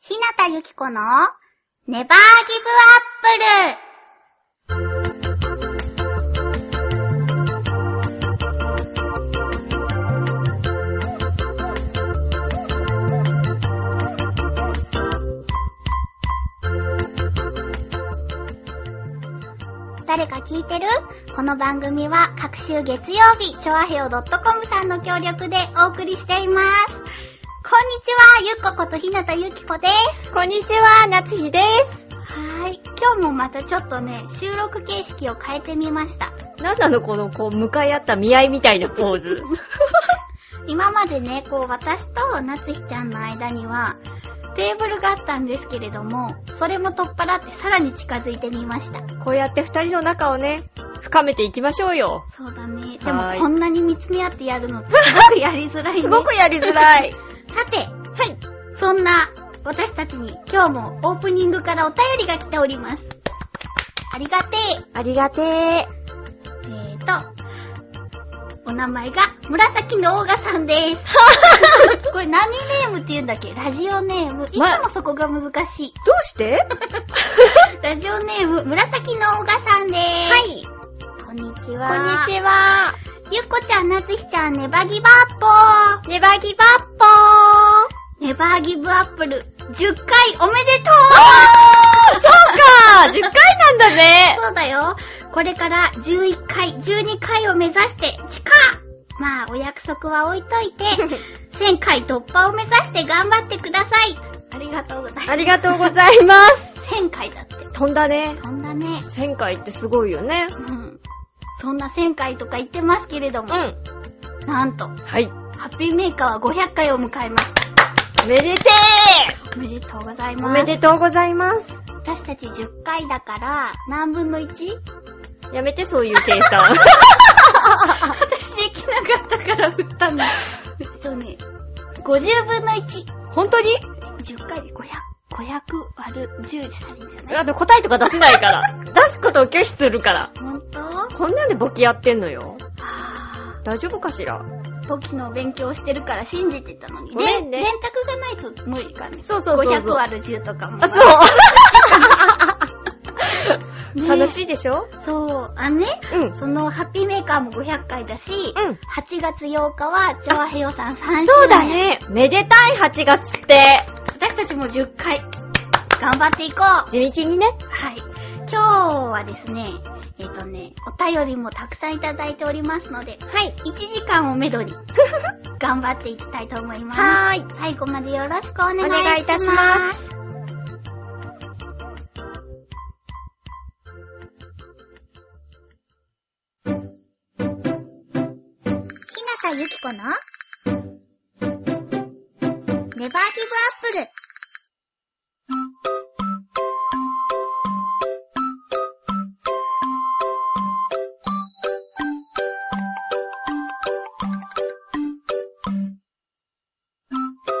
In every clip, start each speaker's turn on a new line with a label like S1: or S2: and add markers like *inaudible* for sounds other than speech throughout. S1: 日向ゆき子のネバーギブアップル誰か聞いてるこの番組は各週月曜日、チョアヘオ .com さんの協力でお送りしています。こんにちは、ゆっこことひなたゆきこです。こんにちは、なつひです。はーい。今日もまたちょっとね、収録形式を変えてみました。
S2: なんなのこの、こう、向かい合った見合いみたいなポー *laughs* ズ。
S1: 今までね、こう私となつひちゃんの間には、テーブルがあったんですけれども、それも取っ払ってさらに近づいてみました。
S2: こうやって二人の仲をね、深めていきましょうよ。
S1: そうだね。でも
S2: はーい
S1: こんなに見つめ合ってやるのってすごくやりづらいね。
S2: すごくやりづらい。
S1: さて、
S2: *laughs* はい。
S1: そんな私たちに今日もオープニングからお便りが来ております。ありがて
S2: ありがてー。
S1: え。えーと、お名前が紫のオーガさん *laughs* です。これ何ネームって言うんだっけラジオネーム。いつもそこが難しい。
S2: どうして
S1: ラジオネーム、紫のオーガさんです。
S2: は
S1: はい。
S2: い。
S1: こんにち
S2: こ
S1: は。
S2: んにちは。
S1: ゆっこちゃん、なつひちゃん、ネバギバッポー。
S2: ネバギバッポー。
S1: ネバーギブアップル、10回おめでとう
S2: そうか !10 回なんだ *laughs* ね。
S1: そうだよ。これから11回、12回を目指して、地下まあ、お約束は置いといて、1000回突破を目指して頑張ってくださいありがとうござい
S2: あ
S1: ま
S2: りがとうございます。
S1: す。1000回だって。
S2: 飛んだね。
S1: そんだね。
S2: 1000回ってすごいよね。
S1: うん。そんな1000回とか言ってますけれど
S2: う
S1: も、
S2: ん。
S1: なんと、
S2: はい。
S1: ハッピーメーカーは500回を迎えました。
S2: めでて
S1: おめでとうござい
S2: ー
S1: ます。
S2: おめでとうございます。
S1: 私たち10回だから、何分の 1?
S2: やめて、そういう計 *laughs* 算。
S1: 私できなかったから振ったんだ。えっとね、50分の1。
S2: 本当に
S1: 10回で500。500割る10で足りんじゃない
S2: あと答えとか出せない *laughs* から。出すことを拒否するから。
S1: ほんとは
S2: こんなんで簿記やってんのよ。
S1: ぁ。
S2: 大丈夫かしら
S1: 簿記の勉強してるから信じてたのに。
S2: ごめんね
S1: で電卓がないと無理かね。
S2: そうそうそうそ
S1: 500
S2: う
S1: 割る10とかも。
S2: あ、そう
S1: ね
S2: *laughs* 楽しいでしょ
S1: そう。あね。
S2: うん。うん。
S1: その、ハッピーメーカーも500回だし、
S2: うん
S1: 8月8日は、チョアヘヨさん3周年。
S2: そうだ。ね。めでたい8月って。
S1: 私たちも10回、頑張っていこう。
S2: 地道にね。
S1: はい。今日はですね、えっ、とね、お便りもたくさんいただいておりますので、
S2: はい。
S1: 1時間をめ
S2: *laughs*
S1: どに、頑張っていきたいと思います。
S2: はーい。
S1: 最後までよろしくお願いします。。
S2: お願いいたします
S1: ひなたゆきこの、ネバーギブアップル。は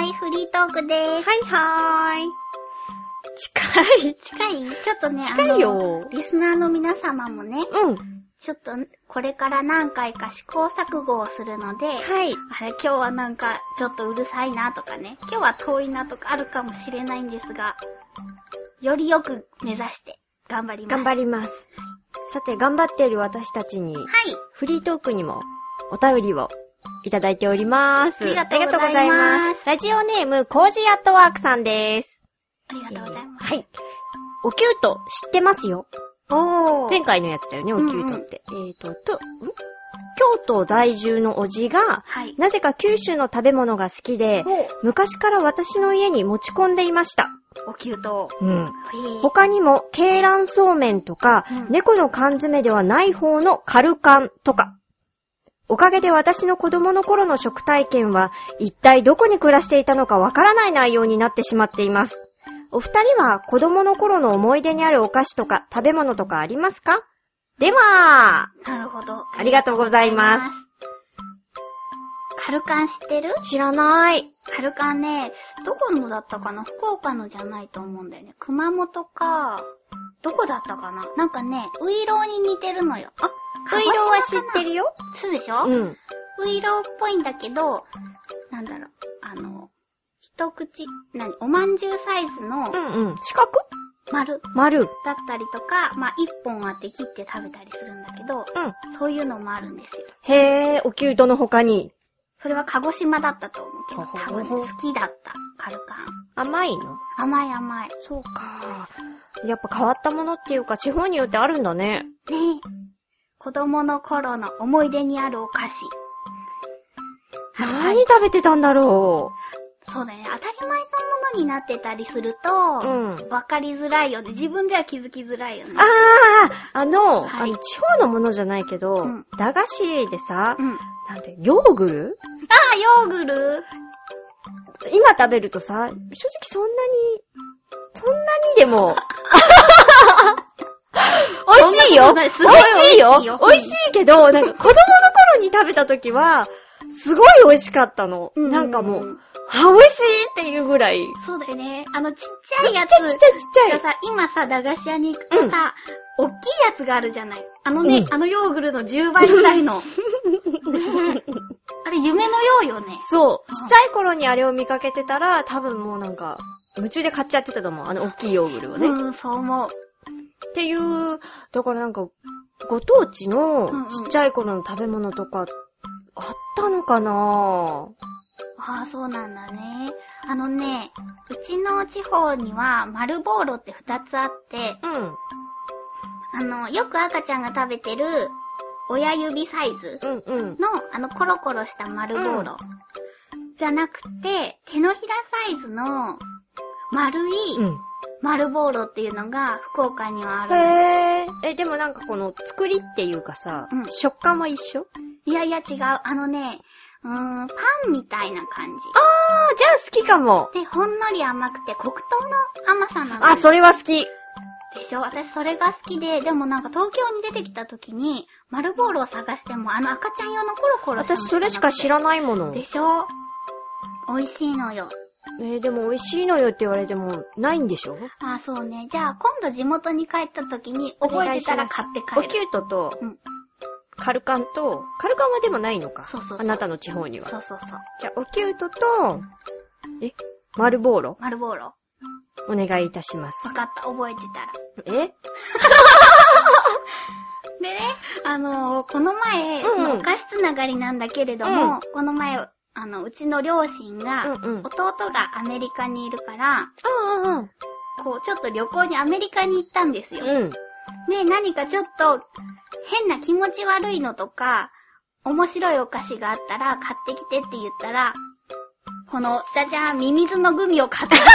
S1: ーい、フリートークでーす。
S2: はいはーい。近い。
S1: 近いちょっとね、
S2: 近い
S1: あ
S2: よ
S1: の。リスナーの皆様もね、
S2: うん。
S1: ちょっとこれから何回か試行錯誤をするので、
S2: はい。
S1: あれ今日はなんかちょっとうるさいなとかね、今日は遠いなとかあるかもしれないんですが、よりよく目指して頑張ります。
S2: 頑張ります。さて、頑張っている私たちに、
S1: はい。
S2: フリートークにもお便りをいただいております。
S1: ありがとうございます
S2: ありがとうございラジオネーム、コージーアットワークさんです。
S1: ありがとうございます。
S2: えーはい。おキュート知ってますよ。
S1: お
S2: 前回のやつだよね、おキュートって。えーと、と、ん京都在住のおじが、
S1: はい。
S2: なぜか九州の食べ物が好きで、昔から私の家に持ち込んでいました。
S1: お、お給湯。ほ
S2: うん。
S1: えー
S2: 他にも、鶏卵そうめんとか、
S1: うん
S2: 猫の缶詰ではない方のカルカンとか。おかげで私の子供の頃の食体験は、一体どこに暮らしていたのかわからない内容になってしまっています。お二人は子供の頃の思い出にあるお菓子とか食べ物とかありますかでは、
S1: なるほど。。
S2: ありがとうございます
S1: カルカン知ってる
S2: 知らない。
S1: カルカンね、どこのだったかな福岡のじゃないと思うんだよね。熊本か、どこだったかななんかね、ウイロウに似てるのよ。あ、
S2: ウイロは知ってる
S1: よ。
S2: よ。
S1: そうでしょ、
S2: うん。
S1: ウイロウっぽいんだけど、なんだろう、あの、一口、なに、おまんじゅうサイズの
S2: うんうん。四角
S1: 丸
S2: 丸。うん。
S1: だったりとか、まあ、一本あって切って食べたりするんだけど、そういうのもあるんですよ。
S2: へえ、おキュートの他に
S1: それは鹿児島だったと思うけど、
S2: ほ
S1: 多
S2: ほほ
S1: 分好きだった、カルカ
S2: 甘いの
S1: ン。甘い甘い。
S2: そうか。やっぱ変わったものっていうか、地方によってあるんだね。
S1: ねえ。子供の頃の思い出にあるお菓子。
S2: 何食べてたんだろ
S1: そうだね。当たり前のものになってたりすると、
S2: う。
S1: わ、
S2: うん。
S1: かりづらいよね。自分では気づきづらいよね。
S2: あああの、
S1: はい
S2: あの地方のものじゃないけど、
S1: うん
S2: 駄菓子でさ、
S1: うん。あ
S2: なんて、ヨーグル
S1: あ、ヨーグル
S2: 今食べるとさ、正直そんなに、そんなに
S1: *laughs*
S2: でも、美味しい
S1: そ
S2: よ
S1: んなことな
S2: 美
S1: い
S2: 味
S1: すごい
S2: しいよ
S1: 美味しいよ
S2: 美味しいけど、なんか子供の頃に食べた時は、すごい美味しかったの。なんかもう、。あ、美味しいっていうぐらい。
S1: そうだよね。あの、ちっちゃいやつ。
S2: ちっちゃいちっちゃ
S1: が
S2: い。
S1: さ、今さ、駄菓子屋に行くとさ、おっきいやつがあるじゃない。あのね、
S2: うん
S1: あのヨーグルの10倍ぐらい
S2: *laughs*
S1: の。ねえあれ、夢のようよね。
S2: そう。ちっちゃい頃にあれを見かけてたら、多分もうなんか、夢中で買っちゃってたと思う。あの、大きいヨーグルをね。っ
S1: うん、そう思う。
S2: ていう、だからなんか、ご当地
S1: うんう
S2: の
S1: ん
S2: ちっちゃい頃の食べ物とか、あったのかな
S1: ああ、そうなんだね。あのね、うちの地方には丸ボーロって2つあって、
S2: うん。
S1: あの、よく赤ちゃんが食べてる親指サイズ
S2: うんうん。
S1: の、あの、コロコロした丸ボーロ。じゃなくて、手のひらサイズの丸い
S2: うん。
S1: 丸ボーロっていうのが福岡にはあるの。
S2: へぇー。え、でもなんかこの、作りっていうかさ、
S1: うん
S2: 食感は一緒
S1: いやいや違う。あのね、うーん、パンみたいな感じ。
S2: あー、じゃあ好きかも。
S1: で、ほんのり甘くて黒糖の甘さなの。
S2: あ、それは好き。
S1: でしょ私それが好きで、でもなんか東京に出てきた時に、丸ボールを探しても、あの赤ちゃん用のコロコロ
S2: 私それしか知らないもの。
S1: でしょ美味しいのよ。
S2: えー、でも美味しいのよって言われても、ないんでしょ
S1: あ、そうね。じゃあ今度地元に帰った時に、覚えてたら買って
S2: お
S1: 帰
S2: キ
S1: る。
S2: ュートと
S1: うん、
S2: カルカンと、カルカンはでもないのか。
S1: そうそうそう
S2: あなたの地方には。
S1: そうそうそう。
S2: じゃあ、おキュートと、え、丸ボーロ、
S1: 丸ボーロ。
S2: お願いいたします
S1: わ。かった。覚えてたら。
S2: え
S1: でね、あのーこの前、
S2: うんうん
S1: まあお菓子つながりなんだけれども、この前、あの、うちの両親が、
S2: うんうん
S1: 弟がアメリカにいるから、
S2: ああ、あ
S1: こう、ちょっと旅行にアメリカに行ったんですよ。
S2: あ、うん。
S1: ね、何かちょっと、変な気持ち悪いのとか、面白いお菓子があったら買ってきてって言ったら、この、じゃじゃーん、ミミズのグミを買 *laughs* ってきて。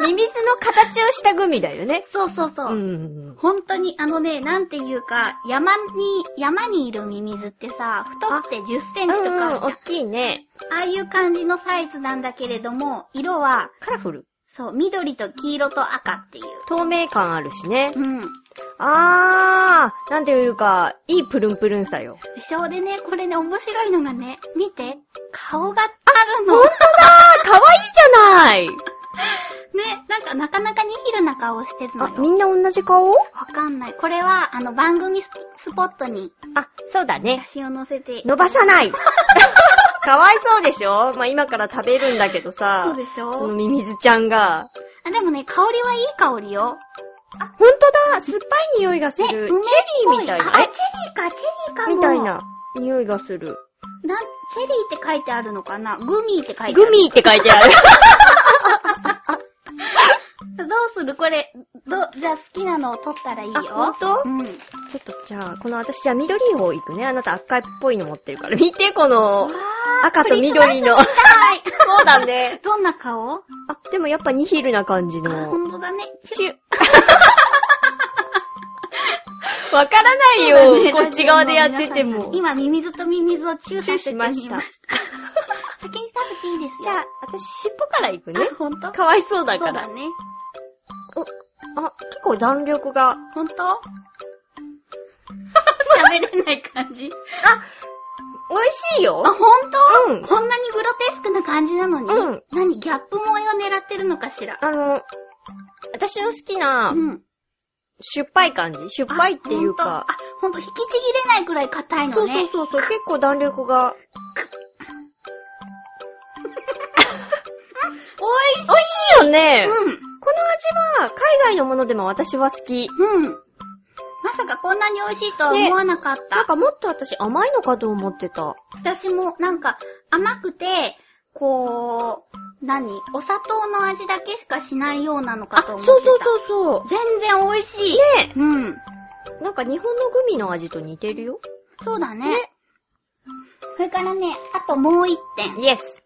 S2: ミミズの形をしたグミだよね。
S1: そうそうそうう。
S2: ん。
S1: 本当に、あのね、なんていうか、山に、山にいるミミズってさ、太くて10センチとかあるじゃん。
S2: 大きいね。
S1: ああいう感じのサイズなんだけれども、色は、
S2: カラフル。
S1: そう、緑と黄色と赤っていう。
S2: 透明感あるしね。
S1: うん。
S2: あー、なんていうか、いいプルンプルンさよ。
S1: でしょでね、これね、面白いのがね、見て、顔があるの。
S2: ほんとだーかわいいじ
S1: ね、なんかなかなかニヒルな顔をしてる
S2: ゃな
S1: の
S2: いあ、み
S1: よ。
S2: んな同じ顔
S1: わかんない。これは、あの、番組ススポットに
S2: あ、そうだね
S1: 写。真を載せて。
S2: 伸ばさない *laughs* かわいそうでしょまあ、今から食べるんだけどさ。
S1: そうでしょ
S2: そのミミズちゃんが。
S1: あ、でもね、香りはいい香りよ。
S2: あ、ほんとだ酸っぱい匂いがす
S1: ね、
S2: る。
S1: 梅
S2: チェ
S1: っ
S2: リ
S1: ぽ
S2: ーみたいな
S1: あ、。チェリーか、チェリーか
S2: え
S1: も。
S2: みたいな匂いがする。
S1: な。チェリーって書いてあるのかなグミーって書いてある。
S2: グミーって書いてあ *laughs* る。
S1: どうするこれ、ど、じゃあ好きなのを取ったらいいよ。
S2: あ本当
S1: うん。
S2: ちょっとじゃあ、この私じゃあ緑方行くね。あなた赤っぽいの持ってるから。見て、この。赤と緑の
S1: クリスマスみたい
S2: *laughs* そうだね。
S1: どんな顔あ、
S2: あ、でもやっぱニヒルな感じ
S1: ほ
S2: の。
S1: んとだね。
S2: チュ。わからない
S1: そうだ
S2: よ、
S1: ね
S2: こっち側でやってても。
S1: 今、ミミズとミミズをチューさせてみまし。
S2: チューしました
S1: *laughs* 先に食べていいですよ
S2: じゃあ、私尻尾から行くね
S1: あ、。ほんと
S2: かわいそうだ
S1: そ
S2: か
S1: うだ
S2: ら。
S1: ね。
S2: あ、結構弾力が。
S1: ほん
S2: *laughs*
S1: と喋れない感じ。
S2: 美味しいよ
S1: あ、。ほんと
S2: うん
S1: こんなにグロテスクな感じなのに、
S2: うん
S1: 何ギャップ萌えを狙ってるのかしら。
S2: あの、私の好きな、
S1: うん。
S2: しゅっぱい感じ。しゅっぱいっていうか。
S1: あ、ほんと、あほんと引きちぎれないくらい硬い
S2: そ
S1: の
S2: うそ
S1: ね
S2: う。そうそう、結構弾力が。よね。この
S1: うん。
S2: 味は海外のものでも私は好き。
S1: うん。まさかこんなに美味しいとは思わなかっ
S2: なん
S1: た。
S2: かもっと私甘いのかと思ってた。
S1: 私もなんか甘くて、こう、何お砂糖の味だけしかしないようなのか
S2: あ、
S1: と
S2: そう
S1: 思ってた。
S2: そうそうそ
S1: 全然美味しい。
S2: ね
S1: うん。
S2: う。なんか日本のグミの味と似てるよ。
S1: そうだね。それからね、あともう一点。リ
S2: イエス。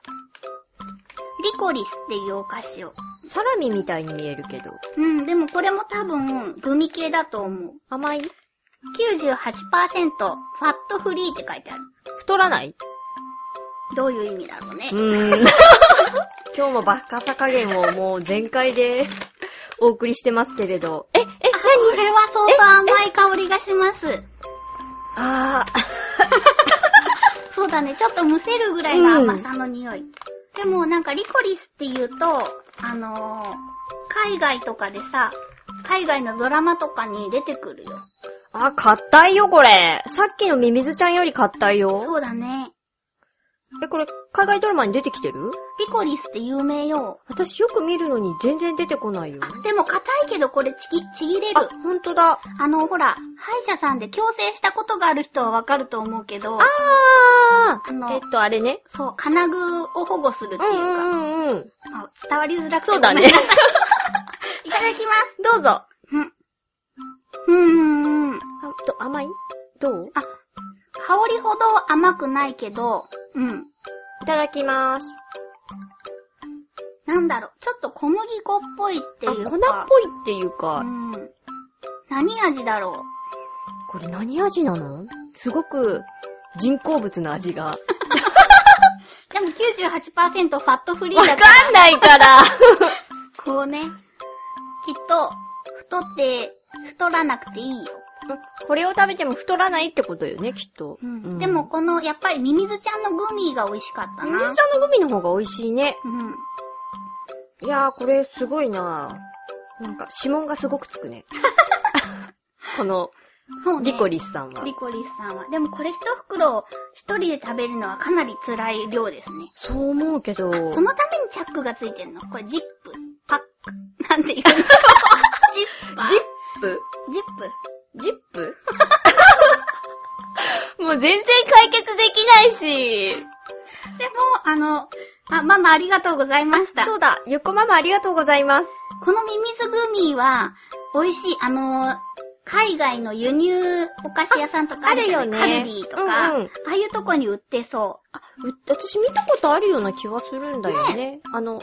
S1: コリスっていうお菓子を。
S2: サラミみたいに見えるけど。
S1: うん、でもこれも多分、グミ系だと思う。
S2: 甘い
S1: 98%、ファットフリーって書いてある。
S2: 太らない
S1: どういう意味だろうね
S2: う。ーん。 *laughs* 今日もバカさ加減をもう全開でお送りしてますけれど。え、え、
S1: え、これは相当甘い香りがします。
S2: あ
S1: そうだね、ちょっとむせるぐらいの甘さの匂い。でもなんかリコリスって言うと、あのー、海外とかでさ、海外のドラマとかに出てくるよ。
S2: ー、あ、硬いよこれ。さっきのミミズちゃんより硬いよ。
S1: そうだね。
S2: え、これ、海外ドラマに出てきてる
S1: リコリスって有名よ。
S2: 私よく見るのに全然出てこないよ。
S1: あ、でも硬いけどこれちぎ、ちぎれる
S2: あ。、ほんとだ。
S1: あの、ほら、歯医者さんで矯正したことがある人はわかると思うけど、
S2: あ
S1: あの
S2: ーえっと、あれね。
S1: そう、金具を保護するっていうか、
S2: うんうんうんうん。
S1: あ伝わりづらくて
S2: そうだね
S1: ごめんなさ
S2: *laughs*
S1: いいただきます。
S2: どうぞ。あ
S1: うん。うんうんうん。
S2: と、甘いどう
S1: あ、香りほど甘くないけど、うん。
S2: いただきまーす。
S1: なんだろう、ちょっと小麦粉っぽいって
S2: あ、
S1: いうか。
S2: 粉っぽいっていうか、
S1: うん。何味だろ
S2: これ何味なのすごく人工物の味
S1: う。
S2: が。
S1: でも98%ファットフリー
S2: わ
S1: だから、
S2: かんないから。
S1: こうね、きっと、太って、太らなくていいよ。
S2: *laughs* これを食べても太らないってことよね、きっと。うん
S1: でも、この、やっぱりミミズちゃんのグミが美味しかった
S2: ミミ
S1: な
S2: ズち。ゃんのグミの方が美味しいね。
S1: うん。
S2: いやー、これすごいなぁ。なんか、指紋がすごくつくね。 *laughs* この、
S1: そうね。
S2: リコリスさんは。
S1: リコリスさんは。でもこれ一袋を一人で食べるのはかなり辛い量ですね。
S2: そう思うけど、
S1: そのためにチャックがついてんのこれジップ、パック、なんて
S2: *laughs*
S1: 言うのジッパー
S2: ジップ
S1: ジップ
S2: ジップ *laughs* もう全然解決できないし。
S1: でも、あの、あ、ママありがとうございました。
S2: そうだ、ゆっこママありがとうございます。
S1: このミミズグミは、美味しい、あの、海外の輸入お菓子屋さんとか
S2: あ
S1: るじゃない
S2: あるよね
S1: カルディとか、
S2: うんうん
S1: ああいうとこに売ってそう
S2: 私見たことあるような気はするんだよね。あの、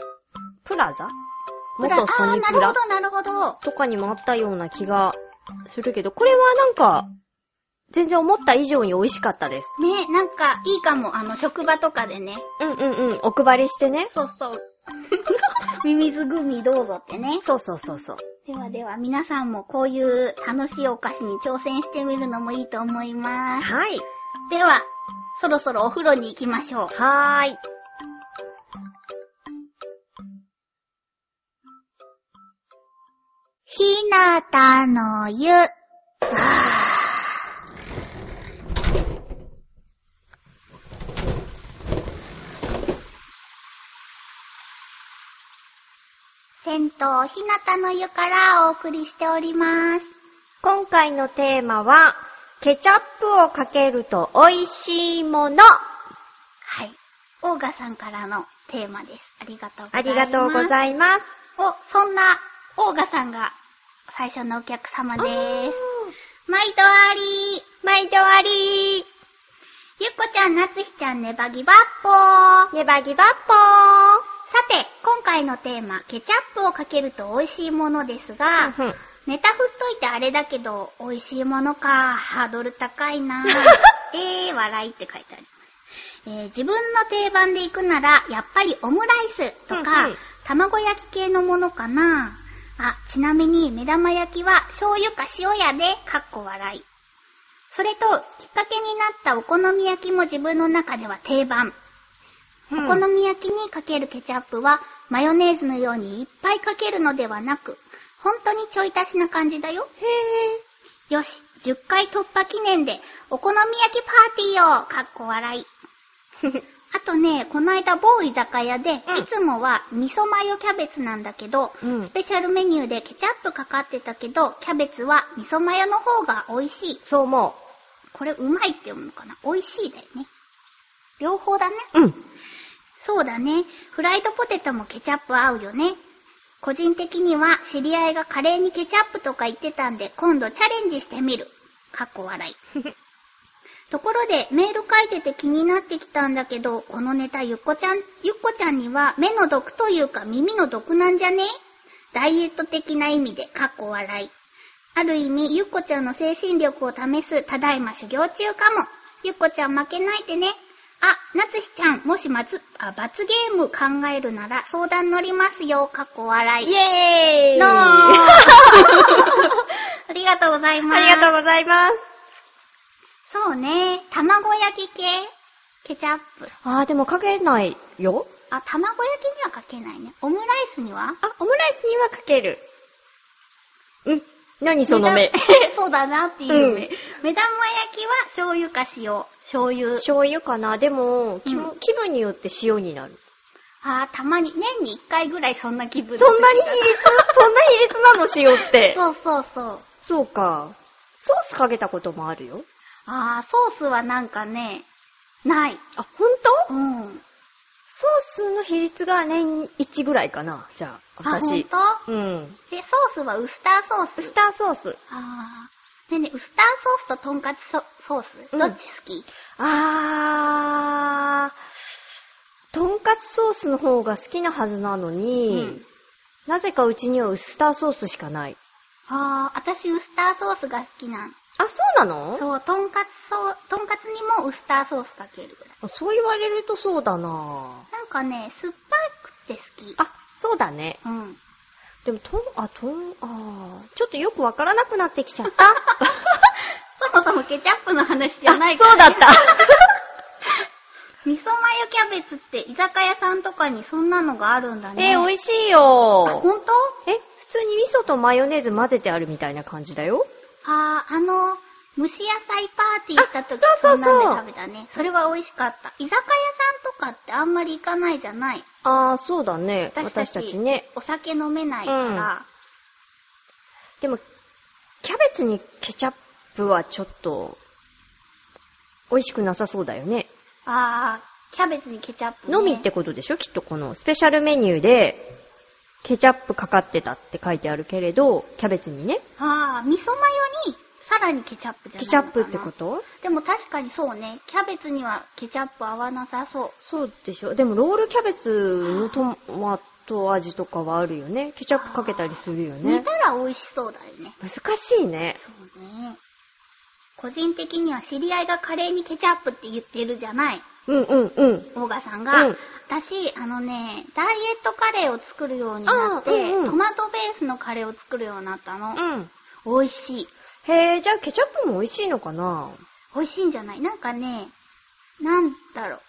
S2: プラザ
S1: う。
S2: 元ソニ
S1: ああ、な
S2: プ
S1: る
S2: ラ
S1: ほど、なるほど。
S2: とかにもあったような気がするけど、これはなんか、全然思った以上に美味しかったです。
S1: ね、なんか、いいかも、あの、職場とかでね。
S2: うんうんうん、お配りしてね。
S1: そう
S2: *laughs*
S1: そう。ミミズグミどうぞってね。
S2: そうそうそうそう。
S1: ではでは皆さんもこういう楽しいお菓子に挑戦してみるのもいいと思います。
S2: はい。
S1: では、そろそろお風呂に行きましょう。
S2: はーい。
S1: ひなたの湯。銭湯ひなたの湯からお送りしております。
S2: 今回のテーマは、ケチャップをかけると美味しいもの。
S1: はい。オーガさんからのテーマです。ありがとうござ
S2: あ
S1: います。
S2: りがとうございます。
S1: お、そんな、オーガさんが、最初のお客様でーす。毎度ありー。
S2: 毎度あり
S1: ゆっこちゃん、なつひちゃん、ねばぎばっぽー。
S2: ー。ネバギバッポ
S1: さて、今回のテーマ、ケチャップをかけると美味しいものですが、
S2: ー。うん
S1: ネタ振っといてあれだけど、美味しいものか、ハードル高い
S2: *laughs*
S1: なぁ。えー、笑いって書いてあります。えー自分の定番で行くなら、やっぱりオムライスとか、
S2: うんうん
S1: 卵焼き系のものかなあ、ちなみに目玉焼きは醤油か塩やで、かっこ笑い。それと、きっかけになったお好み焼きも自分の中では定番。お
S2: うん
S1: 好み焼きにかけるケチャップは、マヨネーズのようにいっぱいかけるのではなく、本当にちょい足しな感じだよ。
S2: へ
S1: よし、10回突破記念で、お好み焼きパーティーを、かっこ笑い。あとね、この間某居酒屋で、
S2: うん
S1: いつもは味噌マヨキャベツなんだけど、
S2: うん
S1: スペシャルメニューでケチャップかかってたけど、キャベツは味噌マヨの方が美味しい。
S2: そう思
S1: これうまいって読むのかな美味しいだよね。両方だね。
S2: う。うん。
S1: そうだね。フライドポテトもケチャップ合うよね。個人的には知り合いがカレーにケチャップとか言ってたんで、今度チャレンジしてみる。かっこ笑い。ところで、メール書いてて気になってきたんだけど、このネタゆっこちゃん、ゆっこちゃんには目の毒というか耳の毒なんじゃねダイエット的な意味で、かっこ笑い。ある意味、ゆっこちゃんの精神力を試す、ただいま修行中かも。ゆっこちゃん負けないでね。あ、なつひちゃん、もしまつ、あ、罰ゲーム考えるなら相談乗りますよ、かっこ笑い。*laughs*
S2: イエーイ
S1: のー
S2: *laughs* あ
S1: ありがとうございます。
S2: りがとうございます。
S1: そうね。卵焼き系ケチャップ。
S2: あー、でもかけないよ。
S1: あ、卵焼きにはかけないね。オムライスには
S2: あ、オムライスにはかける。うん。何その目。 *laughs*
S1: だ *laughs* そうだなっていう目。
S2: うん
S1: 目玉焼きは醤油か塩。醤油。
S2: 醤油かなでも、気も
S1: うん
S2: 気分によって塩になる。
S1: あーたまに、年に一回ぐらいそんな気分
S2: そんなに比率 *laughs* そんな比率なの塩 *laughs* って。
S1: そうそうそう。
S2: そうか。ソースかけたこともあるよ。
S1: あーソースはなんかね、ない。
S2: あ、ほんと
S1: うん。
S2: ソースの比率が年1ぐらいかな。じゃ
S1: あ、
S2: あ、
S1: ほん
S2: 私。
S1: と
S2: うん。
S1: で、ソースはウスターソース。
S2: ウスターソース。
S1: あー。ねえねえウスターソースとトンカツソソース、
S2: うん
S1: どっち好き
S2: あー、とんかつソースの方が好きなはずなのに、
S1: うん
S2: なぜかうちにはウスターソースしかない。
S1: あー、私ウスターソースが好きなの。
S2: あ、そうなの
S1: そう、とんかつソー、とんかつにもウスターソースかけるぐらい。
S2: あそう言われるとそうだな
S1: なんかね、酸っぱくて好き。
S2: あ、そうだね。
S1: うん。
S2: でも、とん、あ、とん、あー、ちょっとよくわからなくなってきちゃった。
S1: *laughs* そもそもケチャップの話じゃない
S2: あ
S1: から、
S2: そうだった。
S1: *laughs* 味噌マヨキャベツって居酒屋さんとかにそんなのがあるんだ
S2: *laughs*
S1: ね。
S2: えー、美味しい
S1: あ、
S2: よ
S1: ほんと
S2: え、普通に味噌とマヨネーズ混ぜてあるみたいな感じだよ。
S1: あー、あの、蒸し野菜パーティーした時
S2: あ
S1: そ
S2: そ
S1: ん
S2: うそうそう
S1: なんで食べたね。それは美味しかった。居酒屋さんとかってあんまり行かないじゃない。
S2: あー、そうだね。
S1: 私た
S2: 私
S1: ち
S2: たちね。
S1: お酒飲めないから。
S2: でも、キャベツにケチャップはちょっと、美味しくなさそうだよね。
S1: あー、キャベツにケチャップ、ね。
S2: のみってことでしょきっとこのスペシャルメニューで、ケチャップかかってたって書いてあるけれど、キャベツにね、
S1: あー、味噌マヨに、さらにケチャップじゃない
S2: ケ
S1: の
S2: チ
S1: か
S2: ャ
S1: な
S2: ップってこと
S1: でも確かにそうね、キャベツにはケチャップ合わなさそう。
S2: そうでしょでもロールキャベツのトマト味とかはあるよね。ケチャップかけたりするよ
S1: 煮
S2: ね
S1: た。ら美味しそうだよね。
S2: 難しいね。
S1: そうね。個人的には知り合いがカレーにケチャップって言ってるじゃない、
S2: うんうんうん。
S1: オーガさんが。
S2: うん
S1: 私、あのね、ダイエットカレーを作るようになって、
S2: あーうんうん
S1: トマトベースのカレーを作るようになったの。
S2: うん。
S1: 美味しい。
S2: へえ、じゃあケチャップも美味しいのかな
S1: 美味しいんじゃないなんかね、なんだろう。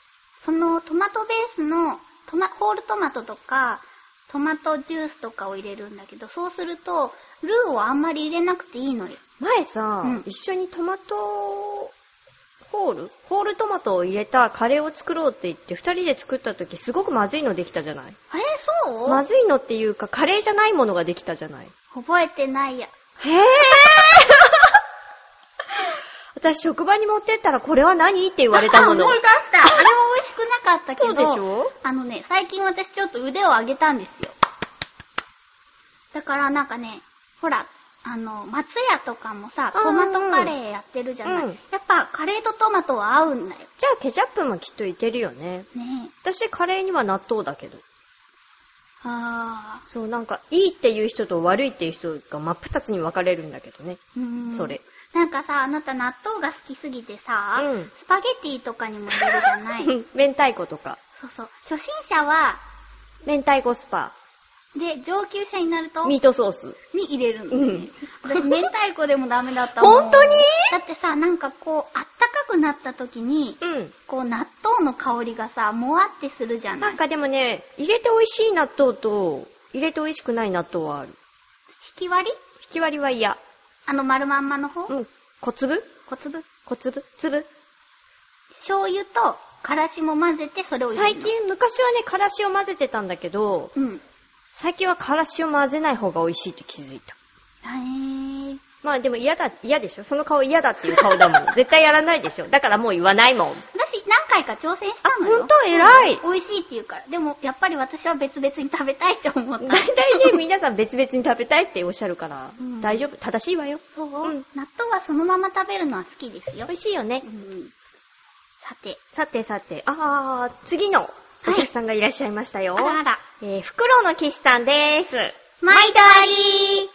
S1: そのトマトベースのトマ、ホールトマトとか、トマトジュースとかを入れるんだけど、そうすると、ルーをあんまり入れなくていいのよ。
S2: 前さ、
S1: うん
S2: 一緒にトマトホールホールトマトを入れたカレーを作ろうって言って二人で作った時すごくまずいのできたじゃない
S1: えー、そう、
S2: まずいのっていうかカレーじゃないものができたじゃない
S1: 覚えてないや。
S2: へぇー *laughs* 私職場に持ってったらこれは何って言われたもの
S1: *laughs* あ。思い出
S2: *laughs*
S1: した。あれも美味しくなかったけど。
S2: そうでしょ
S1: あのね、最近私ちょっと腕を上げたんですよ。だからなんかね、ほら、あの、松屋とかもさ、
S2: うん
S1: トマトカレーやってるじゃない。
S2: うん
S1: やっぱカレーとトマトは合うんだよ。
S2: じゃあケチャップもきっといけるよね。
S1: ねえ。
S2: 私カレーには納豆だけど。
S1: あ
S2: そうなんかいいっていう人と悪いっていう人が真っ二つに分かれるんだけどね。
S1: ー。うーん
S2: それ。。
S1: なんかさ、あなた納豆が好きすぎてさ、
S2: うん
S1: スパゲティとかにも入れるじゃ
S2: *laughs*
S1: ない。
S2: 明太子とか。
S1: そうそう。初心者は、
S2: 明太子スパ。
S1: で、上級者になると、
S2: ミートソース。
S1: に入れるの、ね
S2: うん
S1: 私、明太子でもダメだったもん。
S2: 本当に
S1: だってさ、なんかこう、あったかくなった時に、
S2: うん。
S1: こう、納豆の香りがさ、もわってするじゃな。
S2: ないんかでもね、入れて美味しい納豆と、入れて美味しくない納豆はある。
S1: 引き割り
S2: 引き割りは嫌。
S1: あの丸まんまの方、
S2: うん。小粒
S1: 小粒
S2: 小粒粒
S1: 醤油とからしも混ぜて、それを入れ
S2: 最
S1: るの。
S2: 近、昔はね、からしを混ぜてたんだけど、
S1: うん。
S2: 最近はからしを混ぜない方が美味しいって気づいた。
S1: へぇー。
S2: まあでも嫌だ、嫌でしょその顔嫌だっていう顔だ *laughs* もん。絶対やらないでしょだからもう言わないもん。
S1: 私何回か挑戦したのよ。
S2: あほんと偉い
S1: うん美味しいって言うから。でも、やっぱり私は別々に食べたいって思った。
S2: 大体ね、皆さん別々に食べたいっておっしゃるから、
S1: うん
S2: 大丈夫、正しいわよ。
S1: そう、
S2: うん
S1: 納豆はそのまま食べるのは好きですよ
S2: 美。味しいよね
S1: う。ん。さて、
S2: さてさて、あー、次のお客さんがいらっしゃいました
S1: あ
S2: よ。
S1: らあら。
S2: えー、フクロウの騎士さんです。え
S1: 毎度あり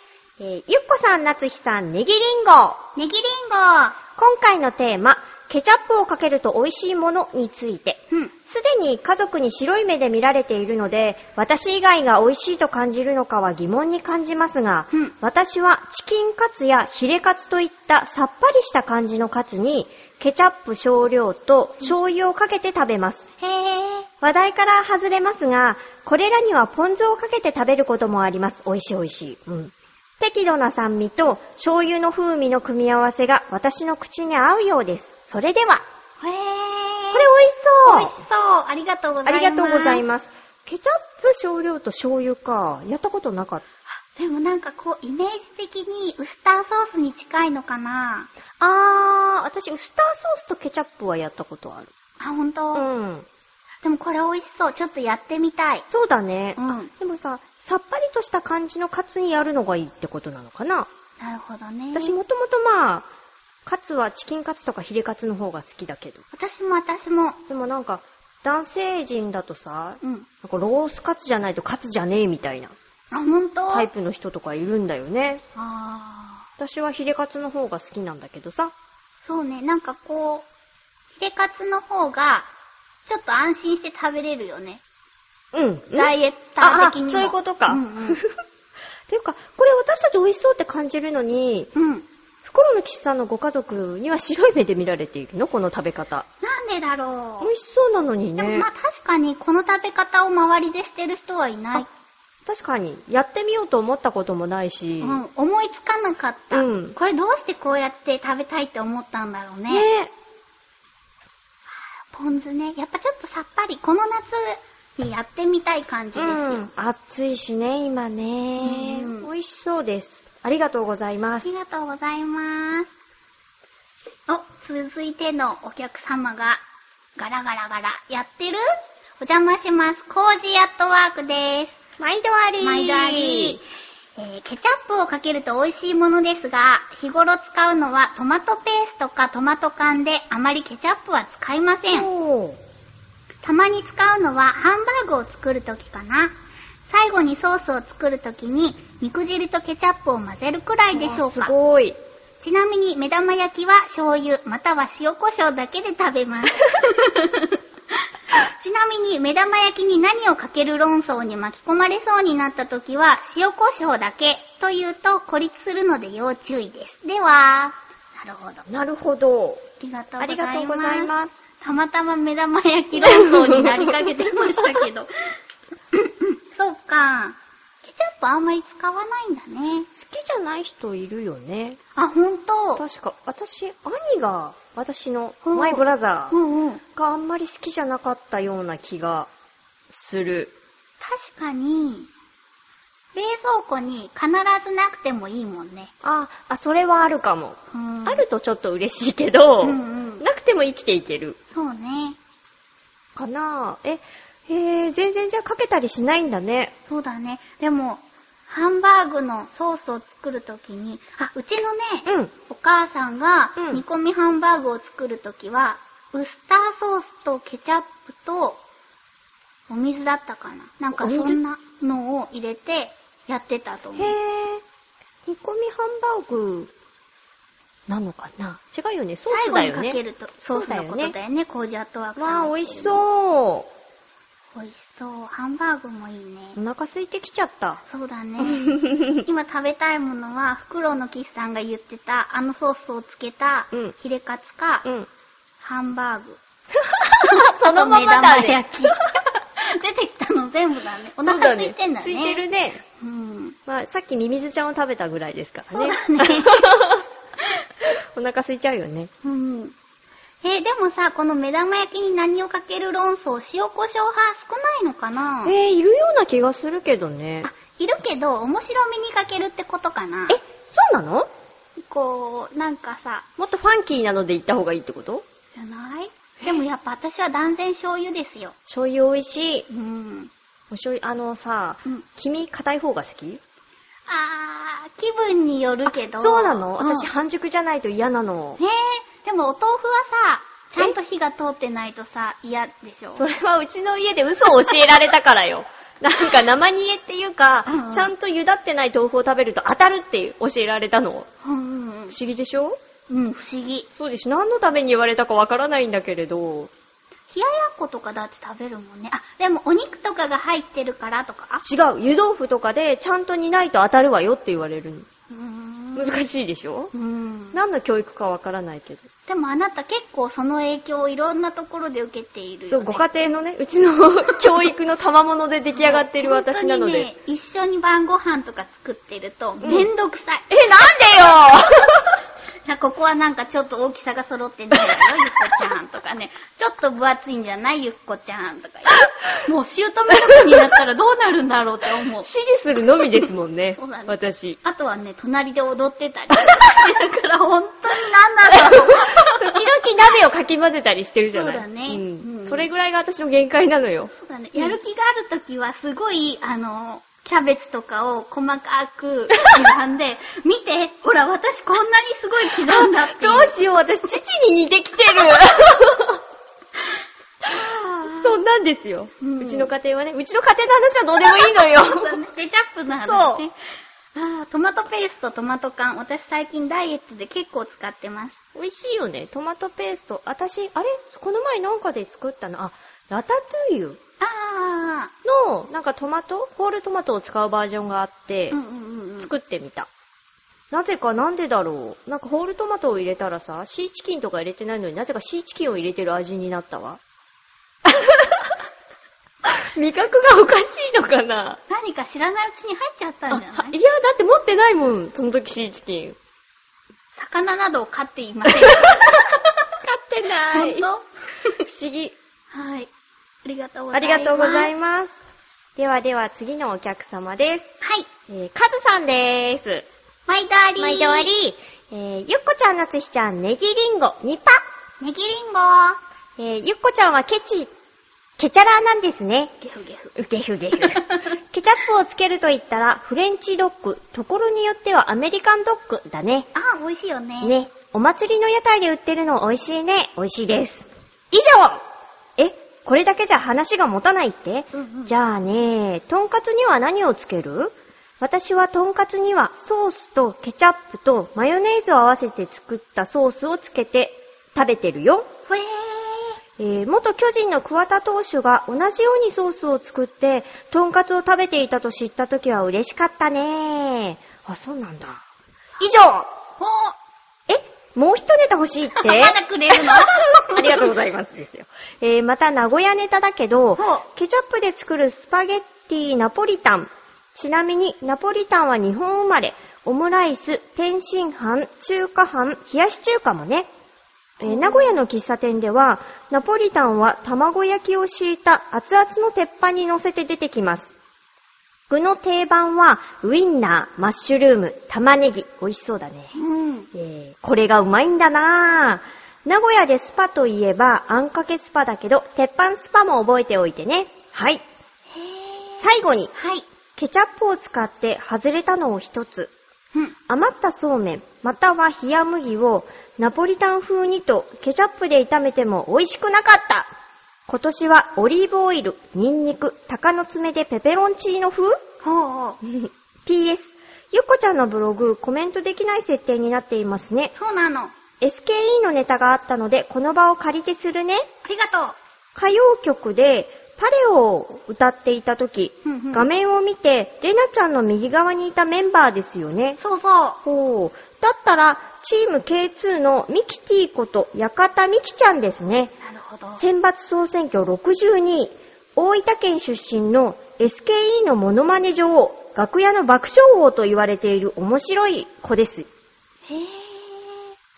S2: ー、ゆっこさん、なつひさん、ネギリンゴ。
S1: ネギリン
S2: 今回のテーマ、ケチャップをかけると美味しいものについて。
S1: ゴうん。
S2: すでに家族に白い目で見られているので、私以外が美味しいと感じるのかは疑問に感じますが、
S1: うん
S2: 私はチキンカツやヒレカツといったさっぱりした感じのカツに、ケチャップ少量と醤油をかけて食べます。
S1: へぇー。
S2: 話題から外れますが、これらにはポン酢をかけて食べることもあります。美味しい美味しい。うん。適度な酸味と醤油の風味の組み合わせが私の口に合うようです。それでは、
S1: へぇー。
S2: これ美味しそう
S1: 美味しそう。ありがとうござい
S2: あ
S1: ます。
S2: りがとうござい
S1: ま
S2: ます。ケチャップ少量と醤油か。やったことなかっ
S1: す。でもなんかこう、イメージ的にウスターソースに近いのかな
S2: た。あー、私、ウスターソースとケチャップはやったことある。
S1: あ、ほんと、
S2: うん。
S1: でもこれ美味しそう。ちょっとやってみたい。
S2: そうだね
S1: う。ん。
S2: でもさ、さっぱりとした感じのカツにやるのがいいってことなのかな。
S1: なるほどね。
S2: 私もともとまあ、カツはチキンカツとかヒレカツの方が好きだけど。
S1: 私も私も。
S2: でもなんか、男性陣だとさ、
S1: うん。
S2: なんかロースカツじゃないとカツじゃねえみたいな
S1: あ、ほんと
S2: タイプの人とかいるんだよね。
S1: あ
S2: 私はヒレカツの方が好きなんだけどさ。
S1: ー。そうね。なんかこう、ヒレカツの方が、ちょっと安心して食べれるよね。
S2: うん。
S1: ダイエッター的にも。
S2: ああそういうことか
S1: うんうん。
S2: *laughs* ていうか、これ私たち美味しそうって感じるのに、
S1: うん。
S2: 袋の岸さんのご家族には白い目で見られているのこの食べ方。
S1: なんでだろ
S2: 美味しそうなのに
S1: う。でも
S2: ね
S1: ま。あ確かにこの食べ方を周りでしてる人はいない。
S2: 確かに、やってみようと思ったこともないうし。
S1: ん。思いつかなかった。
S2: うん
S1: これどうしてこうやって食べたいって思ったんだろうね。
S2: ね
S1: ポン酢ね。やっぱちょっとさっぱり、この夏にやってみたい感じです
S2: う
S1: よ。
S2: ん。暑いしね、今ね。
S1: うん
S2: 美味しそうです。ありがとうございま
S1: あり
S2: す。
S1: がとうございます。お、続いてのお客様が、ガラガラガラ、やってるお邪魔します。コージーアットワークです。
S2: 毎度あり
S1: 毎度あり。えーケチャップをかけると美味しいものですが、日頃使うのはトマトペーストかトマト缶であまりケチャップは使いません。
S2: おー
S1: たまに使うのはハンバーグを作るときかな。最後にソースを作るときに肉汁とケチャップを混ぜるくらいでしょう
S2: す
S1: か。
S2: ごい。
S1: ちなみに目玉焼きは醤油または塩胡椒だけで食べ
S2: *laughs*
S1: ます。ちなみに目玉焼きに何をかける論争に巻き込まれそうになった時は塩胡椒だけというと孤立するので要注意です。では、なるほど。あ
S2: なるほど。
S1: りがとう
S2: あ
S1: ございます。
S2: りがとうございます。
S1: たまたま目玉焼き論争になりかけてました
S2: *laughs*
S1: けど。そうか。ケチャップあんまり使わないんだね。
S2: 好きじゃない人いるよね。
S1: あ、ほんと。
S2: 確か、私、兄が、私の、
S1: うん
S2: マイブラザ
S1: う
S2: ー
S1: んうん。
S2: があんまり好きじゃなかったような気がする。
S1: 確かに、冷蔵庫に必ずなくてもいいもんね。
S2: あ、あ、それはあるかも。
S1: うん
S2: あるとちょっと嬉しいけど、
S1: うんうん。
S2: なくても生きていける。
S1: そうね。
S2: かなぁ。え、へぇ、全然じゃあかけたりしないんだね。
S1: そうだね。でも、ハンバーグのソースを作るときに、あ、うちのね、
S2: うん。
S1: お母さんが
S2: うん
S1: 煮込みハンバーグを作るときは、ウスターソースとケチャップと、お水だったかな。なんかそんなのを入れてやってたと
S2: へぇ
S1: 思う。、
S2: 煮込みハンバーグ、なのかな違うよね。ソー
S1: 最
S2: ス
S1: 後
S2: だ
S1: に
S2: よ
S1: か
S2: ね。
S1: けると、ソースのことだよね、コージアットワークさん
S2: わ
S1: が
S2: ぁ、美
S1: 言っ
S2: 味
S1: て
S2: し
S1: る
S2: そう。
S1: 美味しそう。ハンバーグもいいね。
S2: お腹空いてきちゃった。
S1: そうだ
S2: *laughs*
S1: ね。今食べたいものは、フクロウの岸さんが言ってた、あのソースをつけた
S2: うん、
S1: ヒレカツか、 *laughs*
S2: うん。
S1: ハンバーグ。
S2: そのままだね
S1: あと目玉焼き。 *laughs* 出てきたの全部だね。お腹空いてんだね。
S2: そう空いてるね。
S1: うん。
S2: まあ、さっきミミズちゃんを食べたぐ *laughs* らいですから
S1: そう
S2: ね。
S1: だね。
S2: お腹空いちゃうよね。
S1: うん。えーでもさ、この目玉焼きに何をかける論争、塩胡椒派少ないのかな
S2: えー、いるような気がするけどね
S1: あ。、いるけど、面白みにかけるってことかな
S2: え、そうなの
S1: こう、なんかさ、
S2: もっとファンキーなので行った方がいいってこと
S1: じゃないでもやっぱ私は断然醤油ですよ。
S2: 醤油美味しい。
S1: うん。
S2: お醤油、あのさ、
S1: うん。
S2: 君、硬い方が好き
S1: あー、気分によるけど。
S2: そうなの私、
S1: うん
S2: 半熟じゃないと嫌なの。
S1: ねえ、でもお豆腐はさ、ちゃんと火が通ってないとさ、嫌でしょ
S2: それはうちの家で嘘を教えられたからよ。 *laughs* なんか生煮えっていうか、
S1: うんうん
S2: ちゃんと茹だってない豆腐を食べると当たるって教えられたの。
S1: うんうんうん
S2: 不。思議でしょ
S1: うん、不思議。
S2: そうです。何のために言われたかわからないんだけれど。
S1: 冷ややっことかだって食べるもんね。あ、でもお肉とかが入ってるからとか
S2: 違う。湯豆腐とかでちゃんと煮ないと当たるわよって言われる
S1: うーん。
S2: の。難しいでしょ
S1: う、ん。
S2: 何の教育かわからないけど。
S1: でもあなた結構その影響をいろんなところで受けているよ、ね。
S2: そう、ご家庭のね、うち
S1: *laughs*
S2: の教育の賜物で出来上がってる私なので。
S1: 本当にね、一緒に晩ご飯とか作ってると、
S2: ん
S1: めんどくさい。
S2: え、なんでよ
S1: なここはなんかちょっと大きさが揃ってないわよ、ゆっこちゃんとかね。 *laughs* ちょっと分厚いんじゃないゆっこちゃんとか言ってもう姑とかになったらどうなるんだろうって思う。
S2: 指示するのみですもんね
S1: *laughs* そうなん。
S2: 私。
S1: あとはね、隣で踊ってたり。だから本当になんだろう。
S2: 時々鍋をかき混ぜたりしてるじゃない
S1: そうだね
S2: ん
S1: うん
S2: それぐらいが私の限界なのよ。
S1: そうだね。やる気があるときは、すごい、あの、キャベツとかを細かく刻んで、見て、ほら、私こんなにすごい刻んだ
S2: *laughs*
S1: っていう。
S2: どうしよう、私、父に似
S1: *laughs*
S2: てきてるそんなんですよ、
S1: う
S2: うんちの家庭はね、うちの家庭の話はどうでもいいの
S1: そうだ
S2: よ。
S1: ね。ケチャップの話ね。あートマトペースト、トマト缶。私最近ダイエットで結構使ってます。
S2: 美味しいよね、トマトペースト。私、あれこの前なんかで作ったの、あ、ラタトゥイユ
S1: あ
S2: の、なんかトマトホールトマトを使うバージョンがあって、
S1: ー。うんうんうん。
S2: 作ってみた。なぜかなんでだろう。なんかホールトマトを入れたらさ、シーチキンとか入れてないのになぜかシーチキンを入れてる味になったわ。味覚がおかしいのかな
S1: 何か知らないうちに入っちゃったんじゃない
S2: あいや、だって持ってないもん、その時シーチキン。
S1: 魚などを飼っていませ *laughs* ん。飼って
S2: な
S1: 本
S2: い不思議。
S1: 当はい。ありがとうござ
S2: あ
S1: い
S2: り
S1: ます。
S2: がとうござい
S1: ま
S2: ます。ではでは次のお客様です。
S1: す。はい。
S2: えー、カズさんでーす。
S1: 毎度あり。
S2: 毎度あり。えー、ゆっこちゃん、なつひちゃん、ネギリンゴ、ニパ。
S1: ネギリンゴ。
S2: えー、ゆっこちゃんはケチ、ケチャラーなんですね。
S1: ゲフゲフ。
S2: うげふげふ。 *laughs* ケチャップをつけると言ったら、フレンチドッグ、ところによってはアメリカンドッグだね。
S1: *laughs* あー、美味しいよね。
S2: ね、お祭りの屋台で売ってるの美味しいね。美味しいです。以上え、これだけじゃ話が持たないって、
S1: うんうん
S2: じゃあね、とんかつには何をつける私はとんかつにはソースとケチャップとマヨネーズを合わせて作ったソースをつけて食べてるよ。
S1: ふえー。
S2: えー元巨人の桑田投手が同じようにソースを作って、とんかつを食べていたと知った時は嬉しかったねあ、そうなんだ。以上
S1: ほ
S2: え、もう一ネタ欲しいって
S1: ー。 *laughs* まだくれるの
S2: *laughs* ありがとうございますですよ。えーまた名古屋ネタだけど
S1: ほう、
S2: ケチャップで作るスパゲッティナポリタン。ちなみに、ナポリタンは日本生まれ、オムライス、天津飯、中華飯、冷やし中華もね。えー名古屋の喫茶店では、ナポリタンは卵焼きを敷いた熱々の鉄板に乗せて出てきます。具の定番は、ウインナー、マッシュルーム、玉ねぎ。美味しそうだね。
S1: うん。
S2: えーこれがうまいんだなぁ。名古屋でスパといえば、あんかけスパだけど、鉄板スパも覚えておいてね。はい。
S1: へー。
S2: 最後に、
S1: はい。
S2: ケチャップを使って外れたのを一つ。
S1: うん。
S2: 余ったそうめん、または冷麦を、ナポリタン風にと、ケチャップで炒めても美味しくなかった。今年はオリーブオイル、ニンニク、鷹の爪でペペロンチーノ風 *laughs*
S1: ほうほう。
S2: ?PS、ゆっこちゃんのブログ、コメントできない設定になっていますね。
S1: そうなの。あ
S2: SKE のネタがあったので、この場を借りてするね。
S1: りがと
S2: 歌謡曲で、パレオを歌っていた時、
S1: う。うんうん
S2: 画面を見て、レナちゃんの右側にいたメンバーですよね。
S1: そうそう。
S2: ほう。だったら、チーム K2 のミキティこと、館ミキちゃんですね。
S1: なるほど。
S2: 選抜総選挙62位、大分県出身の SKE のモノマネ女王、楽屋の爆笑王と言われている面白い子です。
S1: へぇー。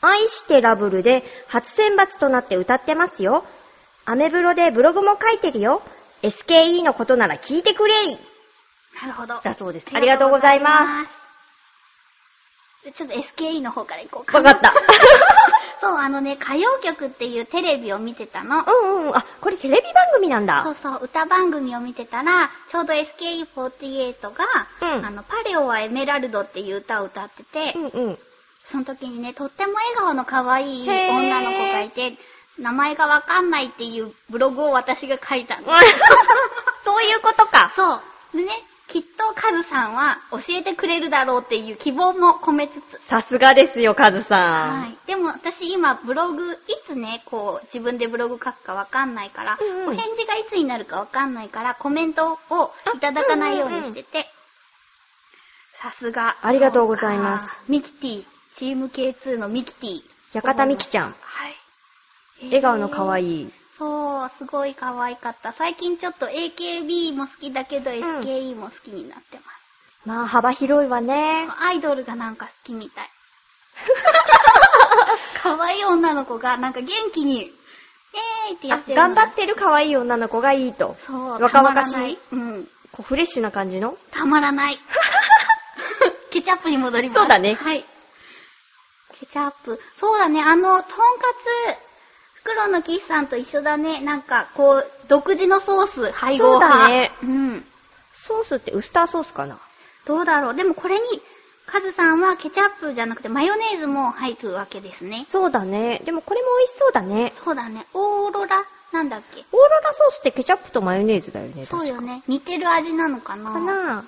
S2: 愛してラブルで初選抜となって歌ってますよ。アメブロでブログも書いてるよ。SKE のことなら聞いてくれい
S1: なるほど。。
S2: だそうです。ありがとうございます
S1: ちょっと SKE の方から行こう
S2: す。わ
S1: か。
S2: かった。
S1: *laughs* そう、あのね、歌謡曲っていうテレビを見てたの。
S2: うんうん。あ、これテレビ番組なんだ。
S1: そうそう、歌番組を見てたら、ちょうど SKE48 が、
S2: うん
S1: あの、パレオはエメラルドっていう歌を歌ってて、
S2: うんうん。
S1: その時にね、とっても笑顔の可愛い
S2: へー
S1: 女の子がいて、名前がわかんないっていうブログを私が書いたの。
S2: *laughs* そういうことか。
S1: *laughs* そう。でね、きっとカズさんは教えてくれるだろうっていう希望も込めつつ。
S2: さすがですよ、カズさん。
S1: はい。でも私今ブログ、いつね、こう、自分でブログ書くかわかんないから、
S2: うんうん
S1: お返事がいつになるかわかんないから、コメントをいただかないようにしてて。さすが。
S2: ありがとうございます
S1: そうか。ミキティ、チーム K2 のミキティ。
S2: 屋形みきちゃん。
S1: はい。
S2: 笑顔の可
S1: い。
S2: 愛い。
S1: そう、すごい可愛かった。最近ちょっと AKB も好きだけど、SKE も好きになってます。
S2: まあ、幅広いわね。
S1: アイドルがなんか好きみ
S2: *laughs*
S1: たい。可愛い女の子がなんか元気に、えーってや
S2: あ
S1: ってるの
S2: 頑
S1: が
S2: 張ってる可愛い女の子がいいと。
S1: そう、
S2: 若々した。
S1: まらないうん。
S2: こうフレッシュな感じの
S1: たまら
S2: *laughs*
S1: ない。ケチャップに戻ります。
S2: そうだね
S1: はい。ケチャップ。そうだね、あの、とんかつ、袋のキスさんと一緒だね。なんか、こう、独自のソース配合派。
S2: そうだね
S1: うん。
S2: ソースってウスターソースかな
S1: どうだろう。でもこれに、カズさんはケチャップじゃなくてマヨネーズも入るわけですね。
S2: そうだね。でもこれも美味しそうだね。
S1: そうだね。オーロラなんだっけ
S2: オーロラソースってケチャップとマヨネーズだよね。
S1: そう
S2: 確
S1: よね。似てる味なのかな
S2: かな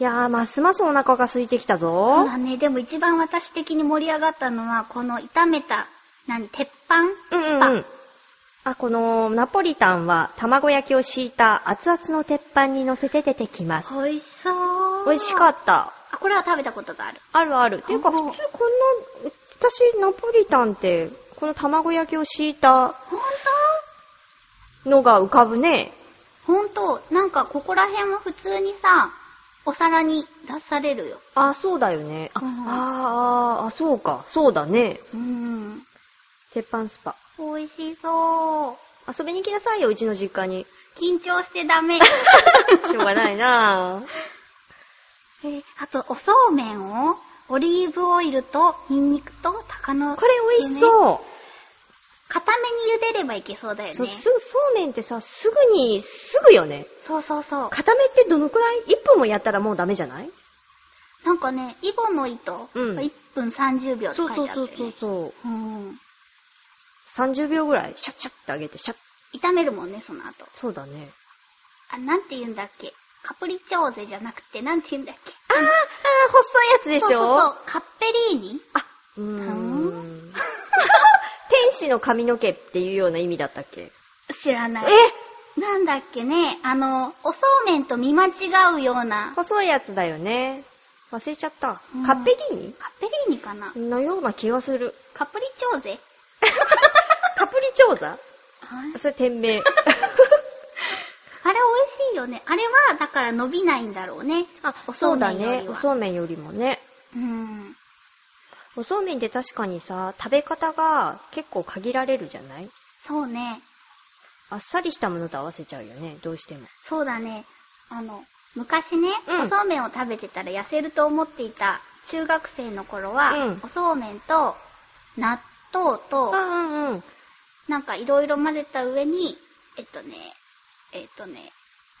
S2: いやー、ますますお腹が空いてきた
S1: そ
S2: ぞ
S1: う。だね。でも一番私的に盛り上がったのは、この炒めた、何、鉄板
S2: うんうんうん。あ、このナポリタンは卵焼きを敷いた熱々の鉄板に乗せて出てきます。
S1: 美味しそう。
S2: 美味しか
S1: っ
S2: った。
S1: た。あ、これは食べたことがある。
S2: あるある。っていうか、
S1: あ
S2: 普通こんな、私、ナポリタンって、この卵焼きを敷いた
S1: ほんと
S2: のが浮かぶね。
S1: ほんと、なんかここら辺は普通にさ、お皿に出されるよ。
S2: あ、そうだよね。あ、
S1: うんうん
S2: あーあー、あ、そうか。そうだね。
S1: うーん。
S2: 鉄板スパ。
S1: 美味しそう。
S2: 遊びに来なさいよ、うちの実家に。
S1: 緊張してダメ。
S2: *laughs* しょうがないなぁ。
S1: えーあと、おそうめんを、オリーブオイルと、ニンニクと、鷹の、
S2: これ美味しそう。
S1: 固めに茹でればいけそうだよね。
S2: そう、すぐ、そうめんってさ、すぐに、すぐよね。
S1: そうそうそう。
S2: 固めってどのくらい ?1 分もやったらもうダメじゃない
S1: なんかね、イボの糸、
S2: うん
S1: 1分30秒って書
S2: そ
S1: いうてあ
S2: そう
S1: った
S2: そ
S1: よ
S2: う
S1: ね。
S2: そうそう。
S1: うん。
S2: 30秒ぐらい、シャッシャッってあげて、シャッ。
S1: 炒めるもんね、その後。
S2: そうだね。
S1: あ、なんて言うんだっけ。カプリチョーゼじゃなくて、なんて言うんだっけ。
S2: あー、あー細いやつでし
S1: そ
S2: ょ
S1: うそうそうカッペリーニ
S2: あ、う
S1: う
S2: ーん。天使の髪の毛っていうような意味だったっけ
S1: 知らない。
S2: え
S1: なんだっけね、あの、おそうめんと見間違うような、
S2: 細いやつだよね。忘れちゃった
S1: うん。
S2: カッペリ
S1: カッペリーニかな
S2: ー。ニのような気がする。
S1: カプリチョーゼ
S2: カプリチョーザ
S1: はい
S2: それ店名。
S1: あれ美味しいよね。あれは、だから伸びないんだろうね。
S2: あ
S1: お、そ
S2: そうう
S1: め
S2: だ
S1: んよ
S2: ね
S1: り。
S2: お
S1: は
S2: そうめんよりもね。
S1: うん。
S2: おそうめんって確かにさ、食べ方が結構限られるじゃない
S1: そうね。
S2: あっさりしたものと合わせちゃうよね、どうしても。
S1: そうだね。あの、昔ね、
S2: うん
S1: おそうめんを食べてたら痩せると思っていた中学生の頃は、
S2: うん
S1: おそうめんと納豆と、
S2: うんうん。
S1: なんかいろいろ混ぜた上に、えっとね、えっとね、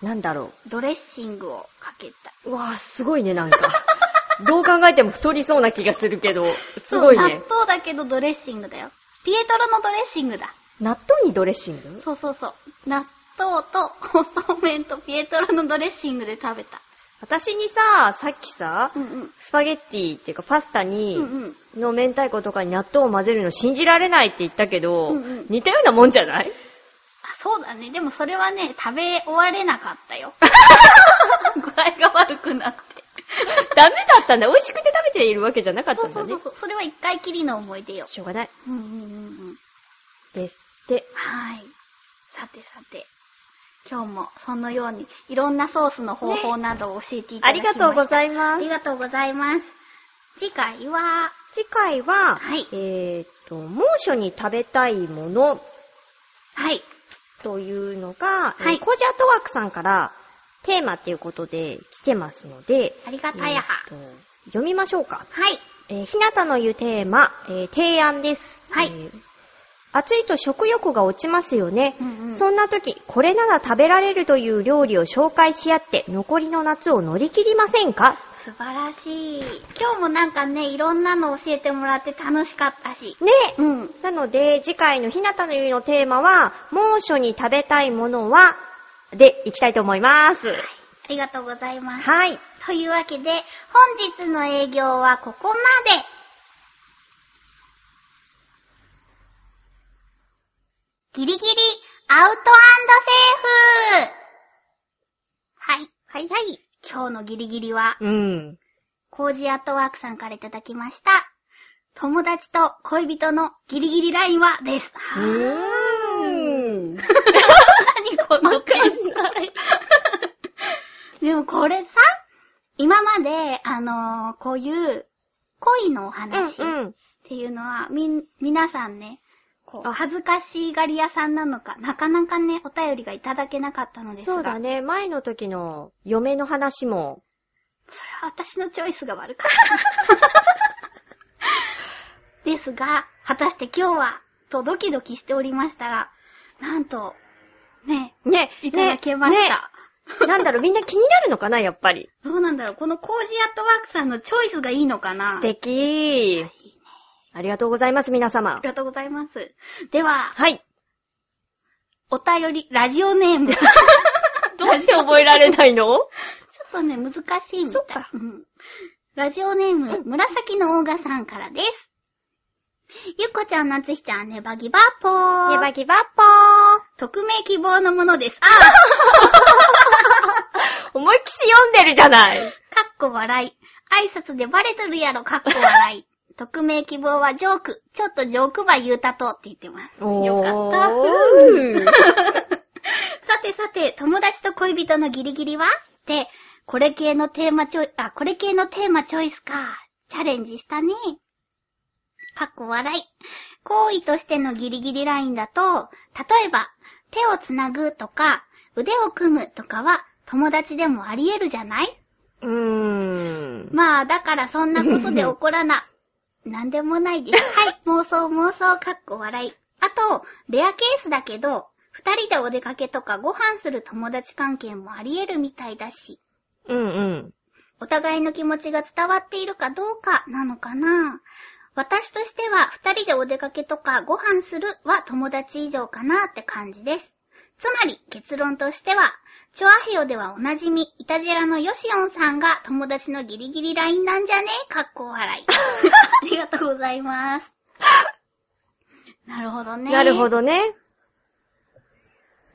S2: なんだろ
S1: ドレッシングをかけた。
S2: う。うわぁ、すごいね、なんか。 *laughs* どう考えても太りそうな気がするけど、すごい
S1: そう
S2: ね
S1: 納。豆だけどドレッシングだよ。ピエトロのドレッシングだ。
S2: 納豆にドレッシング
S1: そうそうそう。納豆と、おそうめんとピエトロのドレッシングで食べた。
S2: 私にさ、さっきさ
S1: う、んうん。
S2: スパゲッティっていうかパスタに、
S1: うんうん。
S2: の明太子とかに納豆を混ぜるの信じられないって言ったけど、
S1: うんうん
S2: 似たようなもんじゃない
S1: あ、そうだね。でもそれはね、食べ終われなかった
S2: *laughs*
S1: よ。具合が悪くなって。
S2: *laughs* ダメだったんだ。美味しくて食べているわけじゃなかった
S1: そうんそ
S2: だ
S1: うそ
S2: ね
S1: う。そう。それは一回きりの思い出よ。
S2: しょうがない。
S1: うんうんうんうん。
S2: ですって。
S1: はい。さてさて。今日もそのようにいろんなソースの方法などを教えていた
S2: あ
S1: だき
S2: り
S1: ま
S2: が
S1: した。
S2: とうござい
S1: あ
S2: ま
S1: り
S2: す。
S1: がとうございます。次回は、
S2: 次回は、
S1: はい
S2: えっと、猛暑に食べたいもの
S1: はい。
S2: というのが、
S1: はい
S2: えーコージアットワークさんからテーマっていうことで来てますので、
S1: ありがたやは。
S2: えーと読みましょうか。
S1: はい。
S2: えー、ひなたの言うテーマ、えー提案です。
S1: はい
S2: えー暑いと食欲が落ちますよね。
S1: うんうん
S2: そんな時、これなら食べられるという料理を紹介し合って、残りの夏を乗り切りませんか
S1: 素晴らしい。今日もなんかね、いろんなの教えてもらって楽しかったし。
S2: ね
S1: うん。
S2: なので、次回のひなたの言うのテーマは、猛暑に食べたいものは、で、いきたいと思います。
S1: ありがとうございます。
S2: はい。
S1: というわけで、本日の営業はここまで。ギリギリアウトセーフはい。
S2: はいはい。
S1: 今日のギリギリは、
S2: うん。
S1: コージアットワークさんからいただきました。友達と恋人のギリギリラインはです。
S2: う
S1: はぁ *laughs*
S2: ーん。
S1: 何この感じ。 *laughs* でもこれさ、今まで、あのーこういう恋のお話っ
S2: うんうん。
S1: ていうのは、みん、皆さんね、こう、
S2: あ
S1: 恥ずかしがり屋さんなのか、なかなかね、お便りがいただけなかったのですが、
S2: そうだね。前の時の嫁の話も、
S1: それは私のチョイスが悪かった。 *laughs* ですが、果たして今日は、とドキドキしておりましたら、なんと、ね、
S2: ね、
S1: いただけました。
S2: ねねなんだろう、みんな気になるのか
S1: *laughs*
S2: な、やっぱり。
S1: どうなんだろう、このコージアットワークさんのチョイスがいいのかな
S2: 素敵。ありがとうございます、皆
S1: あ
S2: 様
S1: り。がとうございます。では、 *laughs*
S2: はい。
S1: お便り、ラジオネーム。ちょ
S2: どうして覚えられないの
S1: っとね、難しいみたい。
S2: そっか
S1: うんラジオネーム、紫のオーガさんからです。ゆっこちゃん、なつひちゃん、ネ *laughs* バギバッポー。
S2: ネバギバッポー。
S1: 匿名希望のものです。
S2: *laughs*
S1: あ
S2: 思いっきし読んでるじゃない。
S1: ーかっこ笑い。挨拶でバレてるやろ、かっこ笑
S2: *laughs*
S1: い。匿名希望はジョーク。ちょっとジョークば言うたとって言ってます。 *laughs* よかった。うん
S2: ー。
S1: さてさて、友達と恋人のギリギリはって、これ系のテーマチョイ、あ、これ系のテーマチョイスか。チャレンジしたね。かっこ笑い。行為としてのギリギリラインだと、例えば、手をつなぐとか、腕を組むとかは、友達でもあり得るじゃないう
S2: ーん。
S1: まあ、だからそんなことで怒らな。なんでもないです。はい、妄想妄想、かっこ笑い。あと、レアケースだけど、二人でお出かけとかご飯する友達関係もあり得るみたいだし、
S2: うんうん。
S1: お互いの気持ちが伝わっているかどうかなのかな。私としては、二人でお出かけとかご飯するは友達以上かなって感じです。つまり、結論としては、チョアヘヨではおなじみ、イタジェラのヨシオンさんが友達のギリギリラインなんじゃねかっこ
S2: *laughs*
S1: 笑い。ありがとうございます。なるほどね。
S2: なるほ。どね。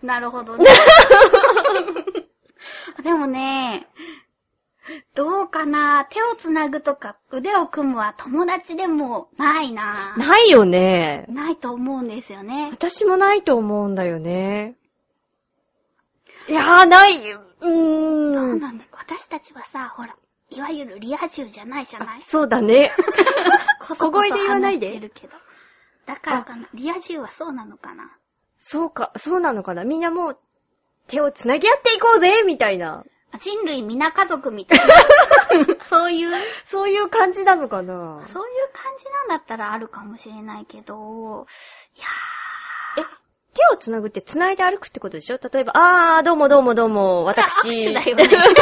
S1: なるほどね。 *laughs* でもね、どうかな手をつなぐとか腕を組むは友達でもないな
S2: ないよね。
S1: ないと思うんですよね。
S2: 私もないと思うんだよね。いやー、ない。う
S1: そ
S2: ー。
S1: うんなんだ。私たちはさ、ほら、いわゆるリア充じゃないじゃ *laughs* ない
S2: そうだね。
S1: こ
S2: 小声で言わないで
S1: そこそ話してるけど。だからかな。リア充はそうなのかな。
S2: そうか、そうなのかな。みんなもう、手を繋ぎ合っていこうぜみたいな。
S1: 人類皆家族みたいな。 *laughs* そういう、そういう
S2: そういう感じなのかな
S1: 感じなんだったらあるかもしれないけど、いや
S2: え、手を繋ぐって繋いで歩くってことでしょ例えば、あー、どうもどうもどうも、
S1: ー、
S2: 私。
S1: それは握手だよね。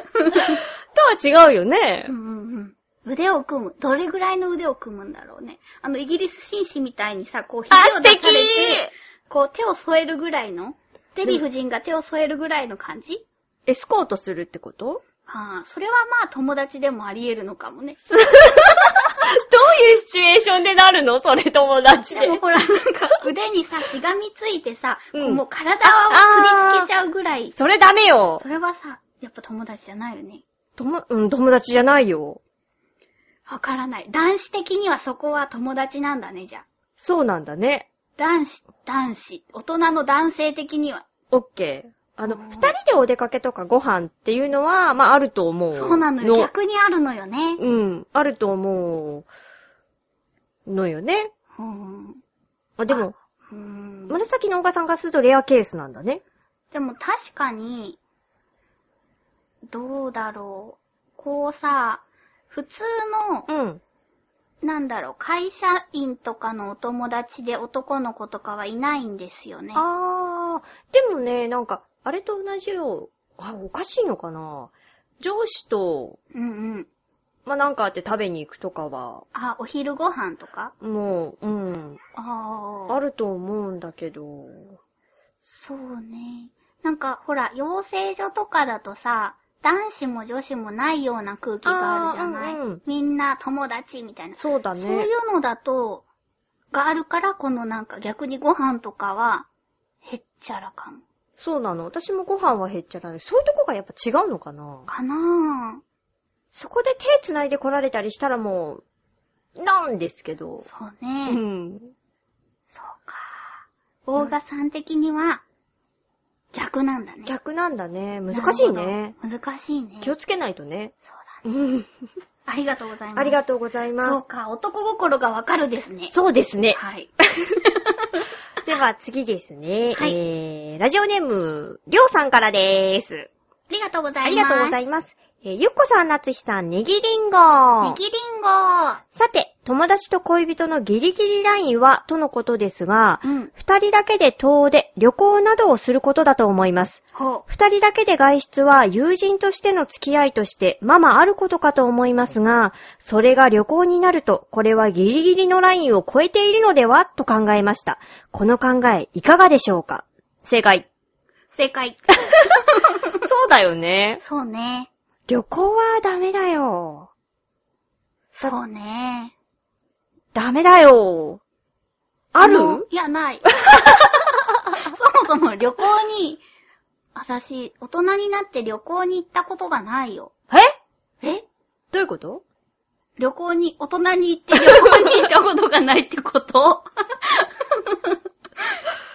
S2: とは違うよね
S1: う。んうんうん腕を組む。どれぐらいの腕を組むんだろうね。あの、イギリス紳士みたいにさ、こう、
S2: あ
S1: 肘を出されて
S2: 素敵
S1: こう、手を添えるぐらいのデヴィ夫人が手を添えるぐらいの感じ
S2: エスコートするってこと
S1: ああ、それはまあ友達でもあり得るのかもね。
S2: どういうシチュエーションでなるのそれ友達
S1: でもほら、なんか腕にさ、しがみついてさ、こう
S2: うん
S1: もう体をすりつけちゃうぐらい。
S2: それダメよ
S1: それはさ、やっぱ友達じゃないよね。
S2: とも、うん、友達じゃないよ。
S1: わからない。男子的にはそこは友達なんだね、じゃあ。
S2: そうなんだね。
S1: 男子、男子。大人の男性的には。
S2: オッケー。あの、二人でお出かけとかご飯っていうのは、まああると思う。
S1: そうなのよ。逆にあるのよね。
S2: うん、あると思う。のよね。
S1: うん。う
S2: あ、でも、
S1: ーん。
S2: 紫のオガさんからするとレアケースなんだね。
S1: でも確かに、どうだろう。こうさ、普通の、
S2: うん。
S1: なんだろう、会社員とかのお友達で男の子とかはいないんですよね。
S2: あー、でもね、なんか、あれと同じよう、あ、おかしいのかな上司と、
S1: うんうん。
S2: まあ、なんかあって食べに行くとかは、
S1: あ、お昼ご飯とか
S2: もう、うん、
S1: ああ。
S2: あると思うんだけど、
S1: そうね。なんか、ほら、養成所とかだとさ、男子も女子もないような空気があるじゃない、
S2: あーうんうん
S1: みんな友達みたいな。
S2: そうだ
S1: そうい
S2: ね。
S1: うのだと、があるから、このなんか逆にご飯とかは、へっちゃらかも。
S2: そうなの。私もご飯は減っちゃらない。そういうとこがやっぱ違うのかな
S1: かな
S2: そこで手繋いで来られたりしたらもう、なんですけど
S1: ぁ。。そう
S2: う
S1: ね。
S2: ん。
S1: そうか。大賀さん的には、逆なんだね。
S2: 逆なんだね。難しいね。
S1: なるほど。難しいね。
S2: 気をつけないとね。
S1: そうだね。
S2: うん。
S1: ありがとうございます。
S2: ありがとうござい
S1: そ
S2: ま
S1: う
S2: す。
S1: か、男心がわかるですね。
S2: そうですね。 *laughs*
S1: はい。
S2: では次ですね。
S1: はい
S2: えー、ラジオネーム、りょうさんからでーす。
S1: ありがとうござい
S2: あ
S1: ます。
S2: りがとうございます。えー、ゆっこさん、なつひさん、ねぎりんご。
S1: ネギリンゴ。
S2: さて、友達と恋人のギリギリラインは、とのことですが、
S1: うん。
S2: 二人だけで遠出、旅行などをすることだと思います。
S1: ほ
S2: 二人だけで外出は友人としての付き合いとして、ままあることかと思いますが、それが旅行になると、これはギリギリのラインを超えているのではと考えました。この考え、いかがでしょうか正解。
S1: う。正解。
S2: *laughs* そうだよね。
S1: そうね。
S2: 旅行はダメだよ。
S1: そうね。
S2: ダメだよ。ある
S1: のいや、 *laughs* ない。そもそも旅行に、私、大人になって旅行に行ったことがないよ。
S2: え
S1: え
S2: どういうこと
S1: 旅行に、大人に行って旅行に行ったことがないってこと *laughs*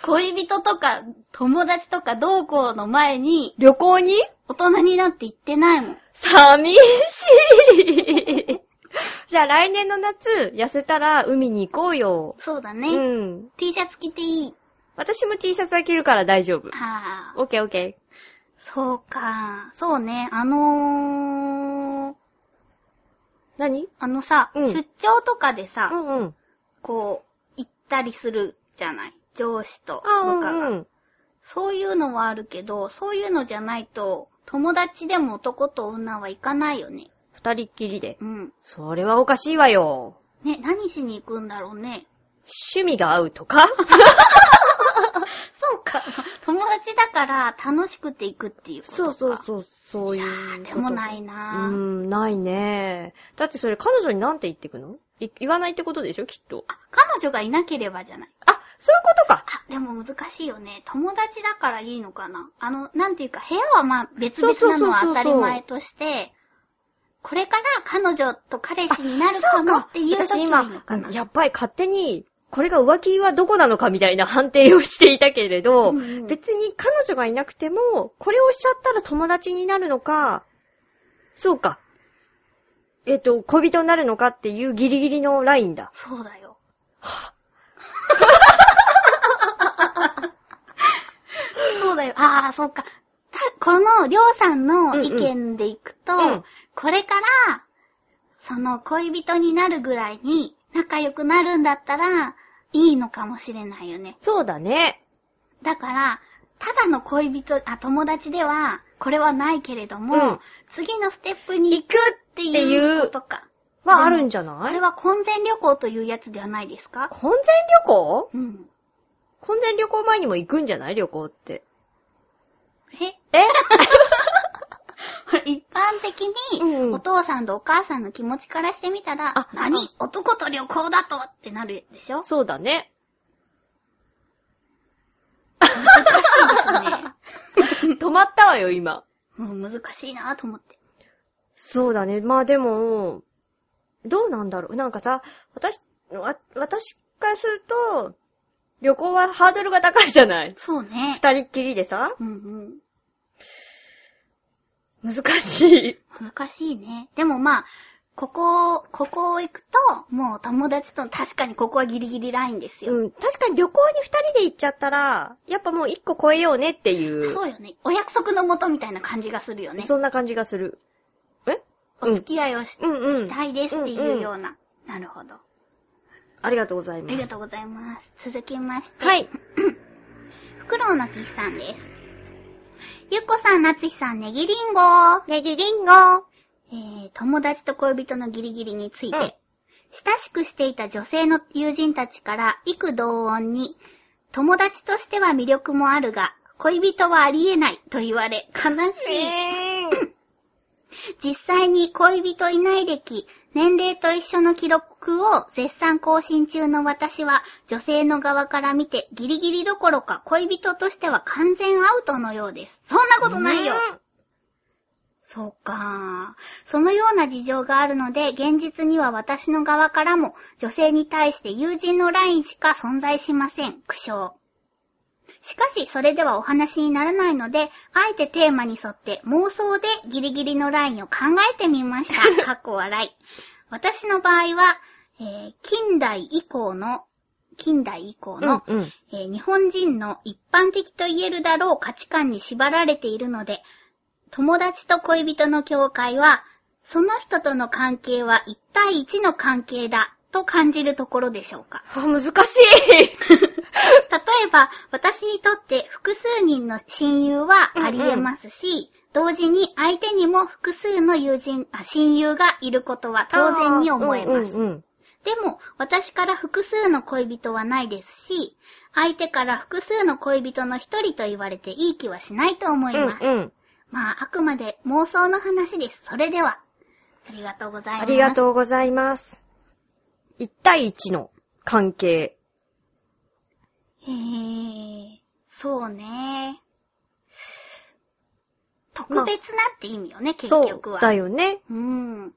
S1: 恋人とか友達とか同校の前に
S2: 旅行に
S1: 大人になって行ってないもん。
S2: 寂しい。 *laughs* じゃあ来年の夏、痩せたら海に行こうよ。
S1: そうだ
S2: う
S1: ね。
S2: ん。
S1: T シャツ着ていい。
S2: 私も T シャツは着るから大丈夫。
S1: ああ、
S2: オッケーオッケ
S1: そうか。そうね。あのー、
S2: ー。何
S1: あのさ、
S2: うん
S1: 出張とかでさ、
S2: うんうん。
S1: こう、行ったりするじゃない。上司と
S2: あ、う
S1: 部下が。
S2: んうん。
S1: そういうのはあるけど、そういうのじゃないと、友達でも男と女は行かないよね。
S2: 二人っきりで。
S1: うん。
S2: それはおかしいわよ。
S1: ね、何しに行くんだろうね。
S2: 趣味が合うとか
S1: そうか。友達だから楽しくて行くっていうことか。
S2: *laughs* そうそう
S1: う。
S2: そう、そういうこと。
S1: でもないな
S2: う
S1: ぁ。
S2: ーん、ないね。だってそれ彼女になんて言ってくのい言わないってことでしょ、きっと。
S1: 彼女がいなければじゃない。
S2: あ、そういうことか。
S1: あ、でも難しいよね。友達だからいいのかな。あの、なんていうか、部屋はまあ別々なのは
S2: そうそうそうそう
S1: 当たり前として、これから彼女と彼氏になるかもっていう
S2: 私
S1: 時
S2: 今
S1: はいいのか、な。
S2: やっぱり勝手に、これが浮気はどこなのかみたいな判定をしていたけれど、
S1: うんうん
S2: 別に彼女がいなくても、これをしちゃったら友達になるのか、そうか。えっと、恋人になるのかっていうギリギリのラインだ。
S1: そうだよ。そうだよ。ああ、そっか。たこの、りょうさんの意見でいくと、
S2: うんうん
S1: これから、その、恋人になるぐらいに仲良くなるんだったら、いいのかもしれないよね。
S2: そうだね。
S1: だから、ただの恋人、あ、友達では、これはないけれども、
S2: うん
S1: 次のステップに行くって
S2: ってい
S1: いううことか。
S2: はあるんじゃ
S1: あ
S2: な
S1: れ
S2: い
S1: は婚前旅行というやつではないですか
S2: 婚前旅行
S1: うん。
S2: 婚前旅行前にも行くんじゃない旅行って。
S1: え *laughs*
S2: え
S1: 一般的
S2: うんう
S1: に、
S2: ん
S1: お父さんとお母さんの気持ちからしてみたら、
S2: あ
S1: 何男と旅行だとってなるでしょ
S2: そうだね。
S1: 難しい *laughs* ですね。
S2: 止まったわよ、今。
S1: うん難しいなと思って。
S2: そうだね。まあでも、どうなんだろう。なんかさ、私、わ私からすると、旅行はハードルが高いじゃない
S1: そうね。
S2: 二人っきりでさ。
S1: うんうん。
S2: 難しい。
S1: 難しいね。でもまあ、ここ、ここを行くと、もう友達と、確かにここはギリギリラインですよ。
S2: うん、確かに旅行に二人で行っちゃったら、やっぱもう一個超えようねっていう。
S1: そうよね。お約束のもとみたいな感じがするよね。
S2: そんな感じがする。え
S1: お付き合いをし,、
S2: うんうん
S1: したいですっていうような。なるほど。あ
S2: ありがとうございます。
S1: りがとうございます。続きまして。
S2: はい。
S1: フクロウの騎士さんです。ゆっこさん、なつひさん、ネギリンゴ。
S2: ネギリンゴ。
S1: えー、友達と恋人のギリギリについて、
S2: うん
S1: 親しくしていた女性の友人たちから幾同音に、友達としては魅力もあるが、恋人はありえないと言われ、悲しい。
S2: え
S1: 実際に恋人いない歴、年齢と一緒の記録を絶賛更新中の私は、女性の側から見てギリギリどころか恋人としては完全アウトのようです。そんなことないよ、そうか。そのような事情があるので、現実には私の側からも、女性に対して友人のラインしか存在しません。苦笑。しかし、それではお話にならないので、あえてテーマに沿って妄想でギリギリのラインを考えてみま
S2: *laughs*
S1: した。かっこ笑い。私の場合は、えー近代以降の、近代以降の、
S2: うんうん。
S1: えー日本人の一般的と言えるだろう価値観に縛られているので、友達と恋人の境界は、その人との関係は1対1の関係だと感じるところでしょうか。
S2: あ、難しい。
S1: 例えば、私にとって複数人の親友はありえますし、同時に相手にも複数の友人、あ親友がいることは当然に思えます。
S2: うんうんうん
S1: でも、私から複数の恋人はないですし、相手から複数の恋人の一人と言われていい気はしないと思います。
S2: うんうん。
S1: まあ、あくまで妄想の話です。それでは。ありがとうございます。
S2: ありがとうございます。1対1の関係。
S1: へー。そうね。特別なって意味よね、結
S2: そ
S1: 局
S2: う
S1: は。
S2: だよね。
S1: うん。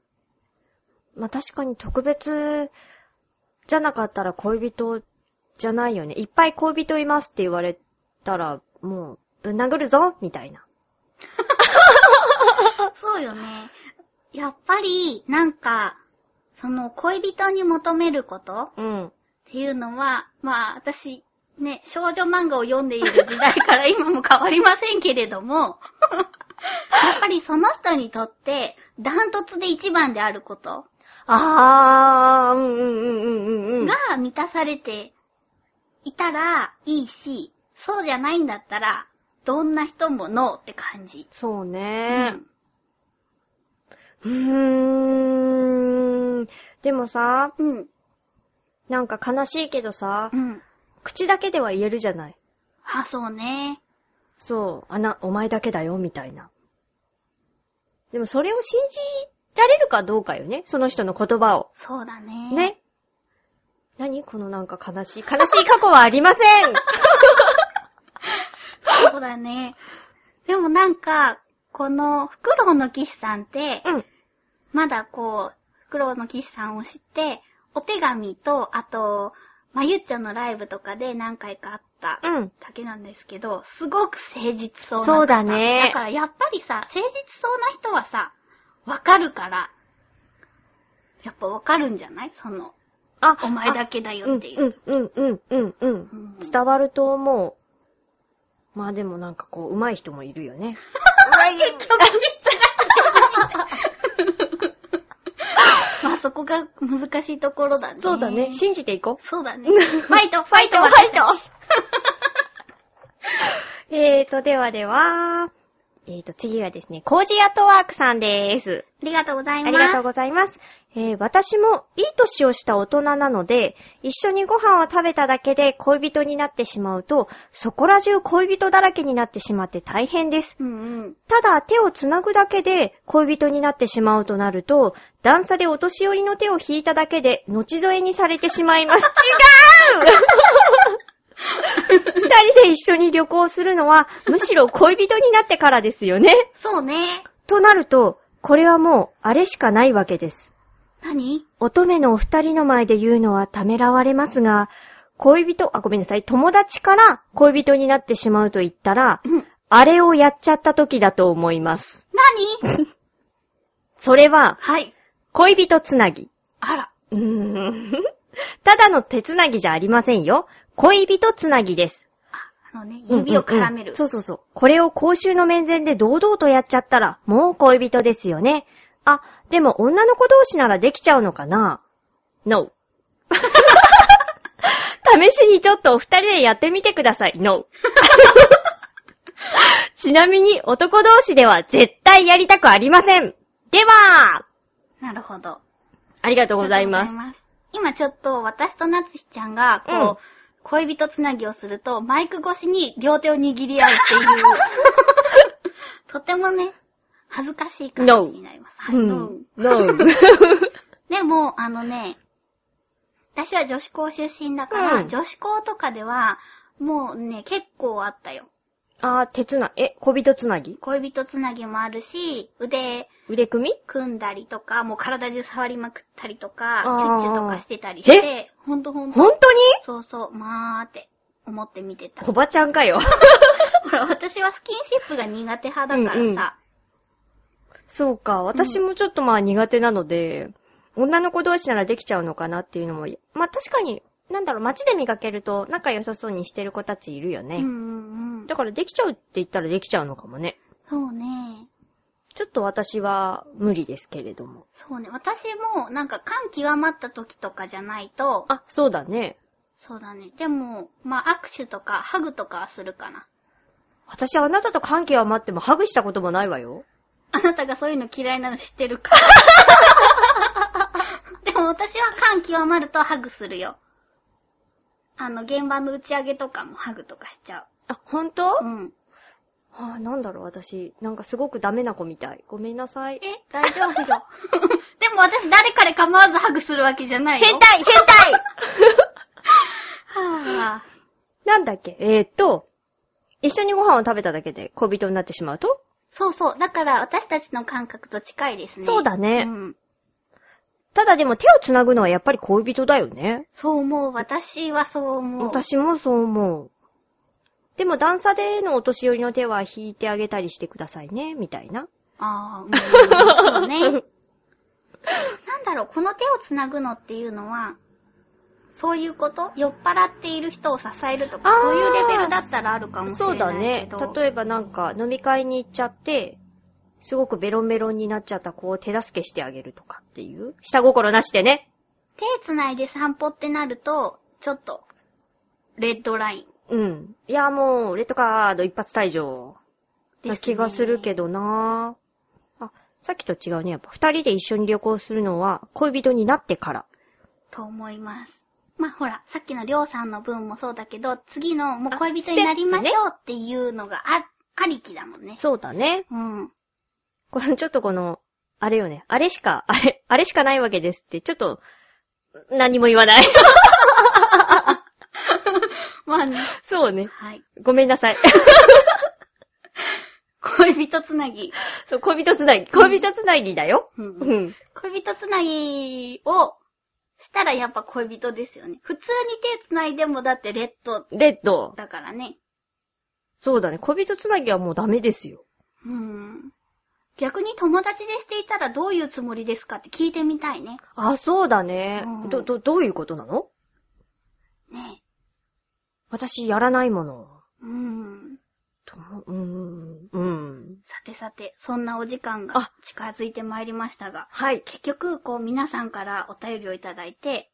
S2: まあ、確かに特別じゃなかったら恋人じゃないよね。いっぱい恋人いますって言われたら、もう、ぶん殴るぞみたいな。
S1: そうよね。やっぱり、なんか、その恋人に求めること
S2: うん。
S1: っていうのは、まあ私、ね、少女漫画を読んでいる時代から今も変わりませんけれど
S2: *laughs*
S1: も、やっぱりその人にとって、ダントツで一番であること
S2: あー、うんうんうんうんうんうん。
S1: が満たされていたらいいし、そうじゃないんだったら、どんな人もノーって感じ。
S2: そう
S1: う
S2: ね。
S1: ん。
S2: うーん。でもさ、
S1: うん。
S2: なんか悲しいけどさ
S1: う、ん。
S2: 口だけでは言えるじゃない。
S1: あ、そうね。
S2: そう、あな、お前だけだよ、みたいな。でもそれを信じられるかどうかよね、その人の言葉を。
S1: そうだね。
S2: ね。何このなんか悲しい。悲しい過去はありま
S1: *laughs*
S2: せん
S1: そうだね。でもなんか、この、フクロウの騎士さんって、
S2: うん。
S1: まだこう、フクロウの騎士さんを知って、お手紙と、あと、まゆっちゃんのライブとかで何回かあった
S2: うん。
S1: だけなんですけど、すごく誠実そうな方
S2: そうだね
S1: だからやっぱりさ、誠実そうな人はさ、わかるから、やっぱわかるんじゃないその、
S2: あ
S1: お前だけだよっていう。
S2: うん、うん、うん、うん、うん。
S1: うん
S2: 伝わると思う。まあでもなんかこう、上手い人もいる
S1: *laughs*
S2: よね。
S1: 結局
S2: *laughs*
S1: まあそこが難しいところだね。
S2: そうだね。信じていこ
S1: そうだね。ファ
S2: *laughs*
S1: イト、ファイト、ファイト
S2: う。えーと、ではでは、えーと、次はですね、コージーアットワークさんです。
S1: ありがとうござい
S2: あ
S1: ます。
S2: りがとうございます。えー私もいい年をした大人なので、一緒にご飯を食べただけで恋人になってしまうと、そこら中恋人だらけになってしまって大変です。
S1: うんうん。
S2: ただ手をつなぐだけで恋人になってしまうとなると、段差でお年寄りの手を引いただけで、後添えにされてしまいます。違う *laughs* 二人で一緒に旅行するのは、むしろ恋人になってからですよね。
S1: そうね。
S2: となると、これはもう、あれしかないわけです。
S1: 何
S2: 乙女のお二人の前で言うのはためらわれますが、恋人、あ、ごめんなさい、友達から恋人になってしまうと言ったら、
S1: うん。
S2: あれをやっちゃった時だと思います。
S1: なに
S2: それ *laughs* は、
S1: はい。
S2: 恋人つなぎ。 *laughs*
S1: あら。
S2: うーんただの手つなぎじゃありませんよ。恋人つなぎです。
S1: あのね、指を絡
S2: うん
S1: め
S2: うんう
S1: る
S2: ん。そうそうそう。これを公衆の面前で堂々とやっちゃったら、もう恋人ですよね。あ、でも女の子同士ならできちゃうのかな ?No. 試しにちょっとお二人でやってみてください。No.
S1: *laughs*
S2: ちなみに男同士では絶対やりたくありません。では、
S1: なるほど。
S2: ありがとうございま
S1: あ
S2: す。
S1: りがとうございます。今ちょっと私となつひちゃんが、こう、
S2: うん
S1: 恋人つなぎをすると、マイク越しに両手を握り合うっていう。とてもね、恥ずかしい感じになります。はい、どう
S2: No.
S1: でも、あのね、私は女子校出身だから、
S2: うん
S1: 女子校とかでは、もうね、結構あったよ。
S2: *laughs* あー、手つな、え、小人つなぎ
S1: 恋人つなぎもあるし、腕
S2: 腕組み
S1: 組んだりとか、もう体中触りまくったりとか、
S2: あー
S1: チュッチュとかしてたりして、ほんとほんと。
S2: 本当に
S1: そうそう、まーって思って見てた。
S2: 小
S1: ほ
S2: バちゃんかよ。
S1: ら、私はスキンシップが苦手派だからさ。
S2: *laughs* そうか。私もちょっとまあ苦手なので、女の子同士ならできちゃうのかなっていうのも、まあ確かに、なんだろう、街で見かけると仲良さそうにしてる子たちいるよ
S1: う
S2: ね。
S1: ん、うん、うん。
S2: だからできちゃうって言ったらできちゃうのかもね。
S1: そうね。
S2: ちょっと私は無理ですけれども。
S1: そうね。私も、なんか感極まった時とかじゃないと、
S2: あ、そうだね。
S1: そうだね。でも、まあ、握手とか、ハグとかはするかな。
S2: 私あなたと関係は待ってもハグしたこともないわよ。
S1: あなたがそういうの嫌いなの知ってる
S2: *laughs*
S1: から。でも私は感極まるとハグするよ。あの、現場の打ち上げとかもハグとかしちゃ
S2: あ、本当？
S1: う。うん。
S2: あ、なんだろう、私。なんかすごくダメな子みたい。ごめんなさい。
S1: え、大丈夫よ。 *laughs* でも私誰彼構わずハグするわけじゃないよ。
S2: 変態変態
S1: はぁ、
S2: なんだっけえー、っと、一緒にご飯を食べただけで恋人になってしまうと
S1: そうそう。だから私たちの感覚と近いですね。
S2: そうだね
S1: うん。
S2: ただでも手を繋ぐのはやっぱり恋人だよね。
S1: そう思う。私はそう思う。
S2: 私もそう思う。でも段差でのお年寄りの手は引いてあげたりしてくださいね、みたいな。
S1: ああ、
S2: *laughs*
S1: うん、そうね。なんだろう、この手をつなぐのっていうのは、そういうこと酔っ払っている人を支えるとか
S2: あー、
S1: そういうレベルだったらあるかもし
S2: そう
S1: れ
S2: だ
S1: ない
S2: ね
S1: けど。。
S2: 例えばなんか飲み会に行っちゃって、すごくベロンベロンになっちゃった子を手助けしてあげるとかっていう。下心なしでね。
S1: 手つないで散歩ってなると、ちょっと、レッドライン
S2: うん。いやもう、レッドカード一発退場。
S1: で
S2: な
S1: す、ね。
S2: 気がするけ
S1: ど。
S2: どなぁ。あ、さっきと違うね。やっぱ二人で一緒に旅行するのは恋人になってから。
S1: と思います。まあ、ほら、さっきのりょうさんの分もそうだけど、次のもう恋人になりましょうっていうのがあ、ありきだもんね。
S2: そうだね。
S1: うん。
S2: これちょっとこの、あれよね。あれしか、あれ、あれしかないわけですって、ちょっと、何も言わない。
S1: まあね。
S2: *laughs* そうね。
S1: はい。
S2: ごめんなさい。
S1: 恋人つなぎ。
S2: *laughs* そう、恋人つなぎ。恋人つなぎだよ。
S1: うん
S2: う。ん。
S1: 恋人つなぎをしたらやっぱ恋人ですよね。普通に手つないでもだってレッド
S2: レッド。
S1: だからね。
S2: そうだね。恋人つなぎはもうダメですよ。
S1: うん。逆に友達でしていたらどういうつもりですかって聞いてみたいね。
S2: あ、そうだね。
S1: うん
S2: ど、ど、どういうことなの
S1: ね
S2: 私、やらないもの。
S1: え。うん。
S2: ともうーん。うん。
S1: さてさて、そんなお時間
S2: あ
S1: が近づいてまいりましたが、
S2: はい。
S1: 結局、こう皆さんからお便りをいただいて、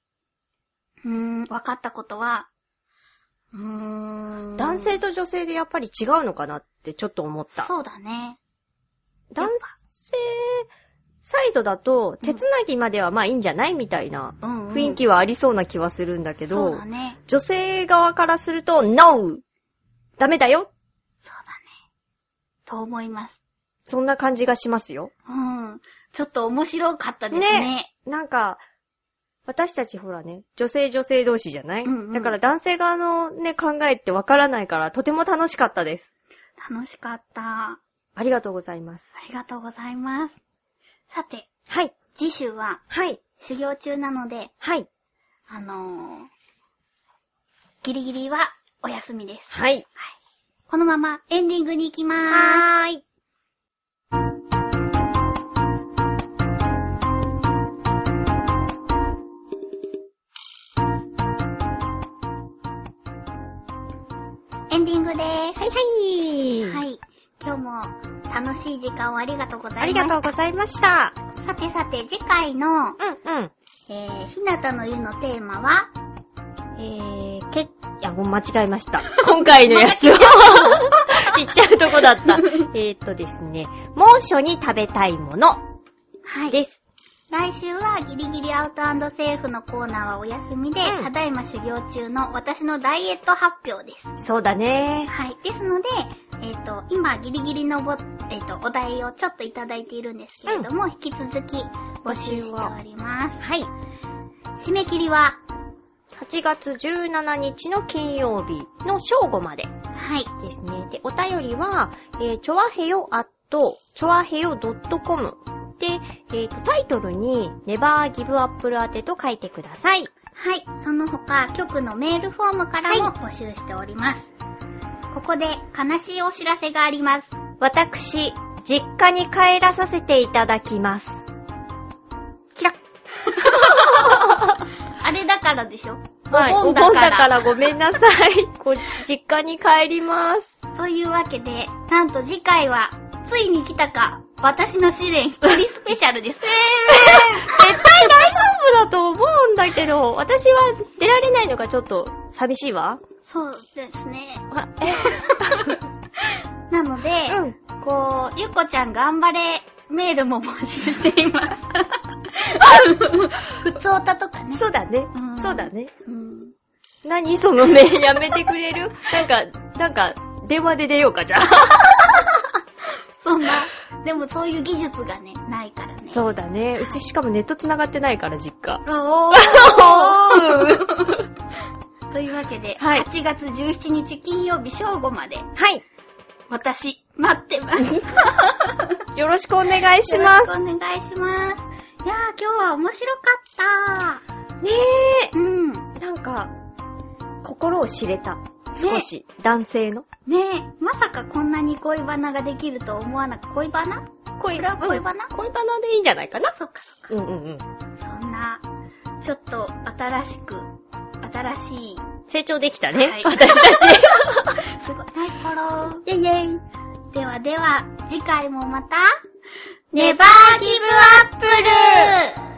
S1: うーん、分かったことは、うーん。
S2: 男性と女性でやっぱり違うのかなってちょっと思った。
S1: そうだね。
S2: 男性サイドだと、手つなぎまではまあいいんじゃないみたいな
S1: うん、うん。
S2: 雰囲気はありそうな気はするんだけ
S1: そう
S2: ど、
S1: だね。
S2: 女性側からすると、NO! ダメだよ
S1: そうだね。と思います。
S2: そんな感じがしますよ。
S1: うん。ちょっと面白かったですね。
S2: なんか、私たちほらね、女性女性同士じゃない、
S1: うんうん
S2: だから男性側のね、考えってわからないから、とても楽しかったです。
S1: 楽しかった。あ
S2: ありがとうございます。
S1: りがとうございます。さて、
S2: はい、
S1: 次週は
S2: はい、
S1: 修行中なので、
S2: はい、
S1: あのー、ギリギリはお休みです。
S2: はい。
S1: このままエンディングに行きまーす。
S2: はーい。
S1: エンディングでーす。
S2: はいはい。
S1: はい。今日も楽しい時間をありがとうございました。
S2: ありがとうございました。
S1: さてさて、次回の、
S2: うんうん。
S1: えー、ひなたの湯のテーマは、
S2: えー、け、いや、もう間違えました。 *laughs* 今回のやつを *laughs* 言っちゃうとこだった。えーっとですね、猛暑に食べたいもの
S1: はい。
S2: です。
S1: 来週はギリギリアウトセーフのコーナーはお休みで、
S2: うん
S1: ただいま修行中の私のダイエット発表です。
S2: そうだね。
S1: はい。ですので、えっ、と、今、ギリギリのぼ、えっ、と、お題をちょっといただいているんですけれども、引き続き募集しております。
S2: はい。
S1: 締め切りは、
S2: 8月17日の金曜日の正午まで
S1: はい。
S2: ですね。で、お便りは、えー、ちょわへよ at、ちょわへよ .com で、えーと、タイトルに、ネバーギブアップル宛てと書いてください。
S1: はい。その他、局のメールフォームからも募集しております。ここで、悲しいお知らせがあります。
S2: 私、実家に帰らさせていただきます。
S1: キ *laughs* ラッあれだからでしょ
S2: はい、
S1: お
S2: お
S1: 盆
S2: 盆
S1: だ
S2: だ
S1: から
S2: からごめんなさ *laughs* い。こ実家に帰ります。
S1: というわけで、なんと次回は、ついに来たか、私の試練一人スペシャルです。
S2: 絶対大丈夫だと思うんだけど、私は出られないのがちょっと寂しいわ。
S1: そうですね。
S2: あえ
S1: なので、
S2: うん
S1: こう、ゆこちゃん頑張れメールも募集しています。ふつおたとかね。
S2: そうだね
S1: うん。
S2: そうだね。
S1: うん
S2: 何そのね、やめてくれるなんか、なんか、電話で出ようか、じゃあ。
S1: そんな、でもそういう技術がね、ないからね。う。
S2: *laughs* そうだね。うちしかもネット繋がってないから、実 *laughs* 家。
S1: *laughs* お
S2: は
S1: ーというわけで、
S2: はい
S1: 8月17日金曜日正午まで、
S2: い。
S1: 私、待ってます。
S2: よろしくお願いします。
S1: よろしくお願いします。いやー、今日は面白かっ
S2: ね
S1: た。うん。
S2: え。なんか、心を知れた。少し、男性の。
S1: ねえ、まさかこんなに恋バナができると思わなく、恋バナ
S2: 恋
S1: ラブ恋バナ
S2: 恋バナでいいんじゃないかな。
S1: そっかそっか。
S2: うんうんうん。
S1: そんな、ちょっと新しく、新しい、
S2: 成長できたね。
S1: はい
S2: 私たち。
S1: すごい、ナイスフォロ
S2: *laughs* イェイイェイ。
S1: ー。ではでは、次回もまた、ネバーギブアップル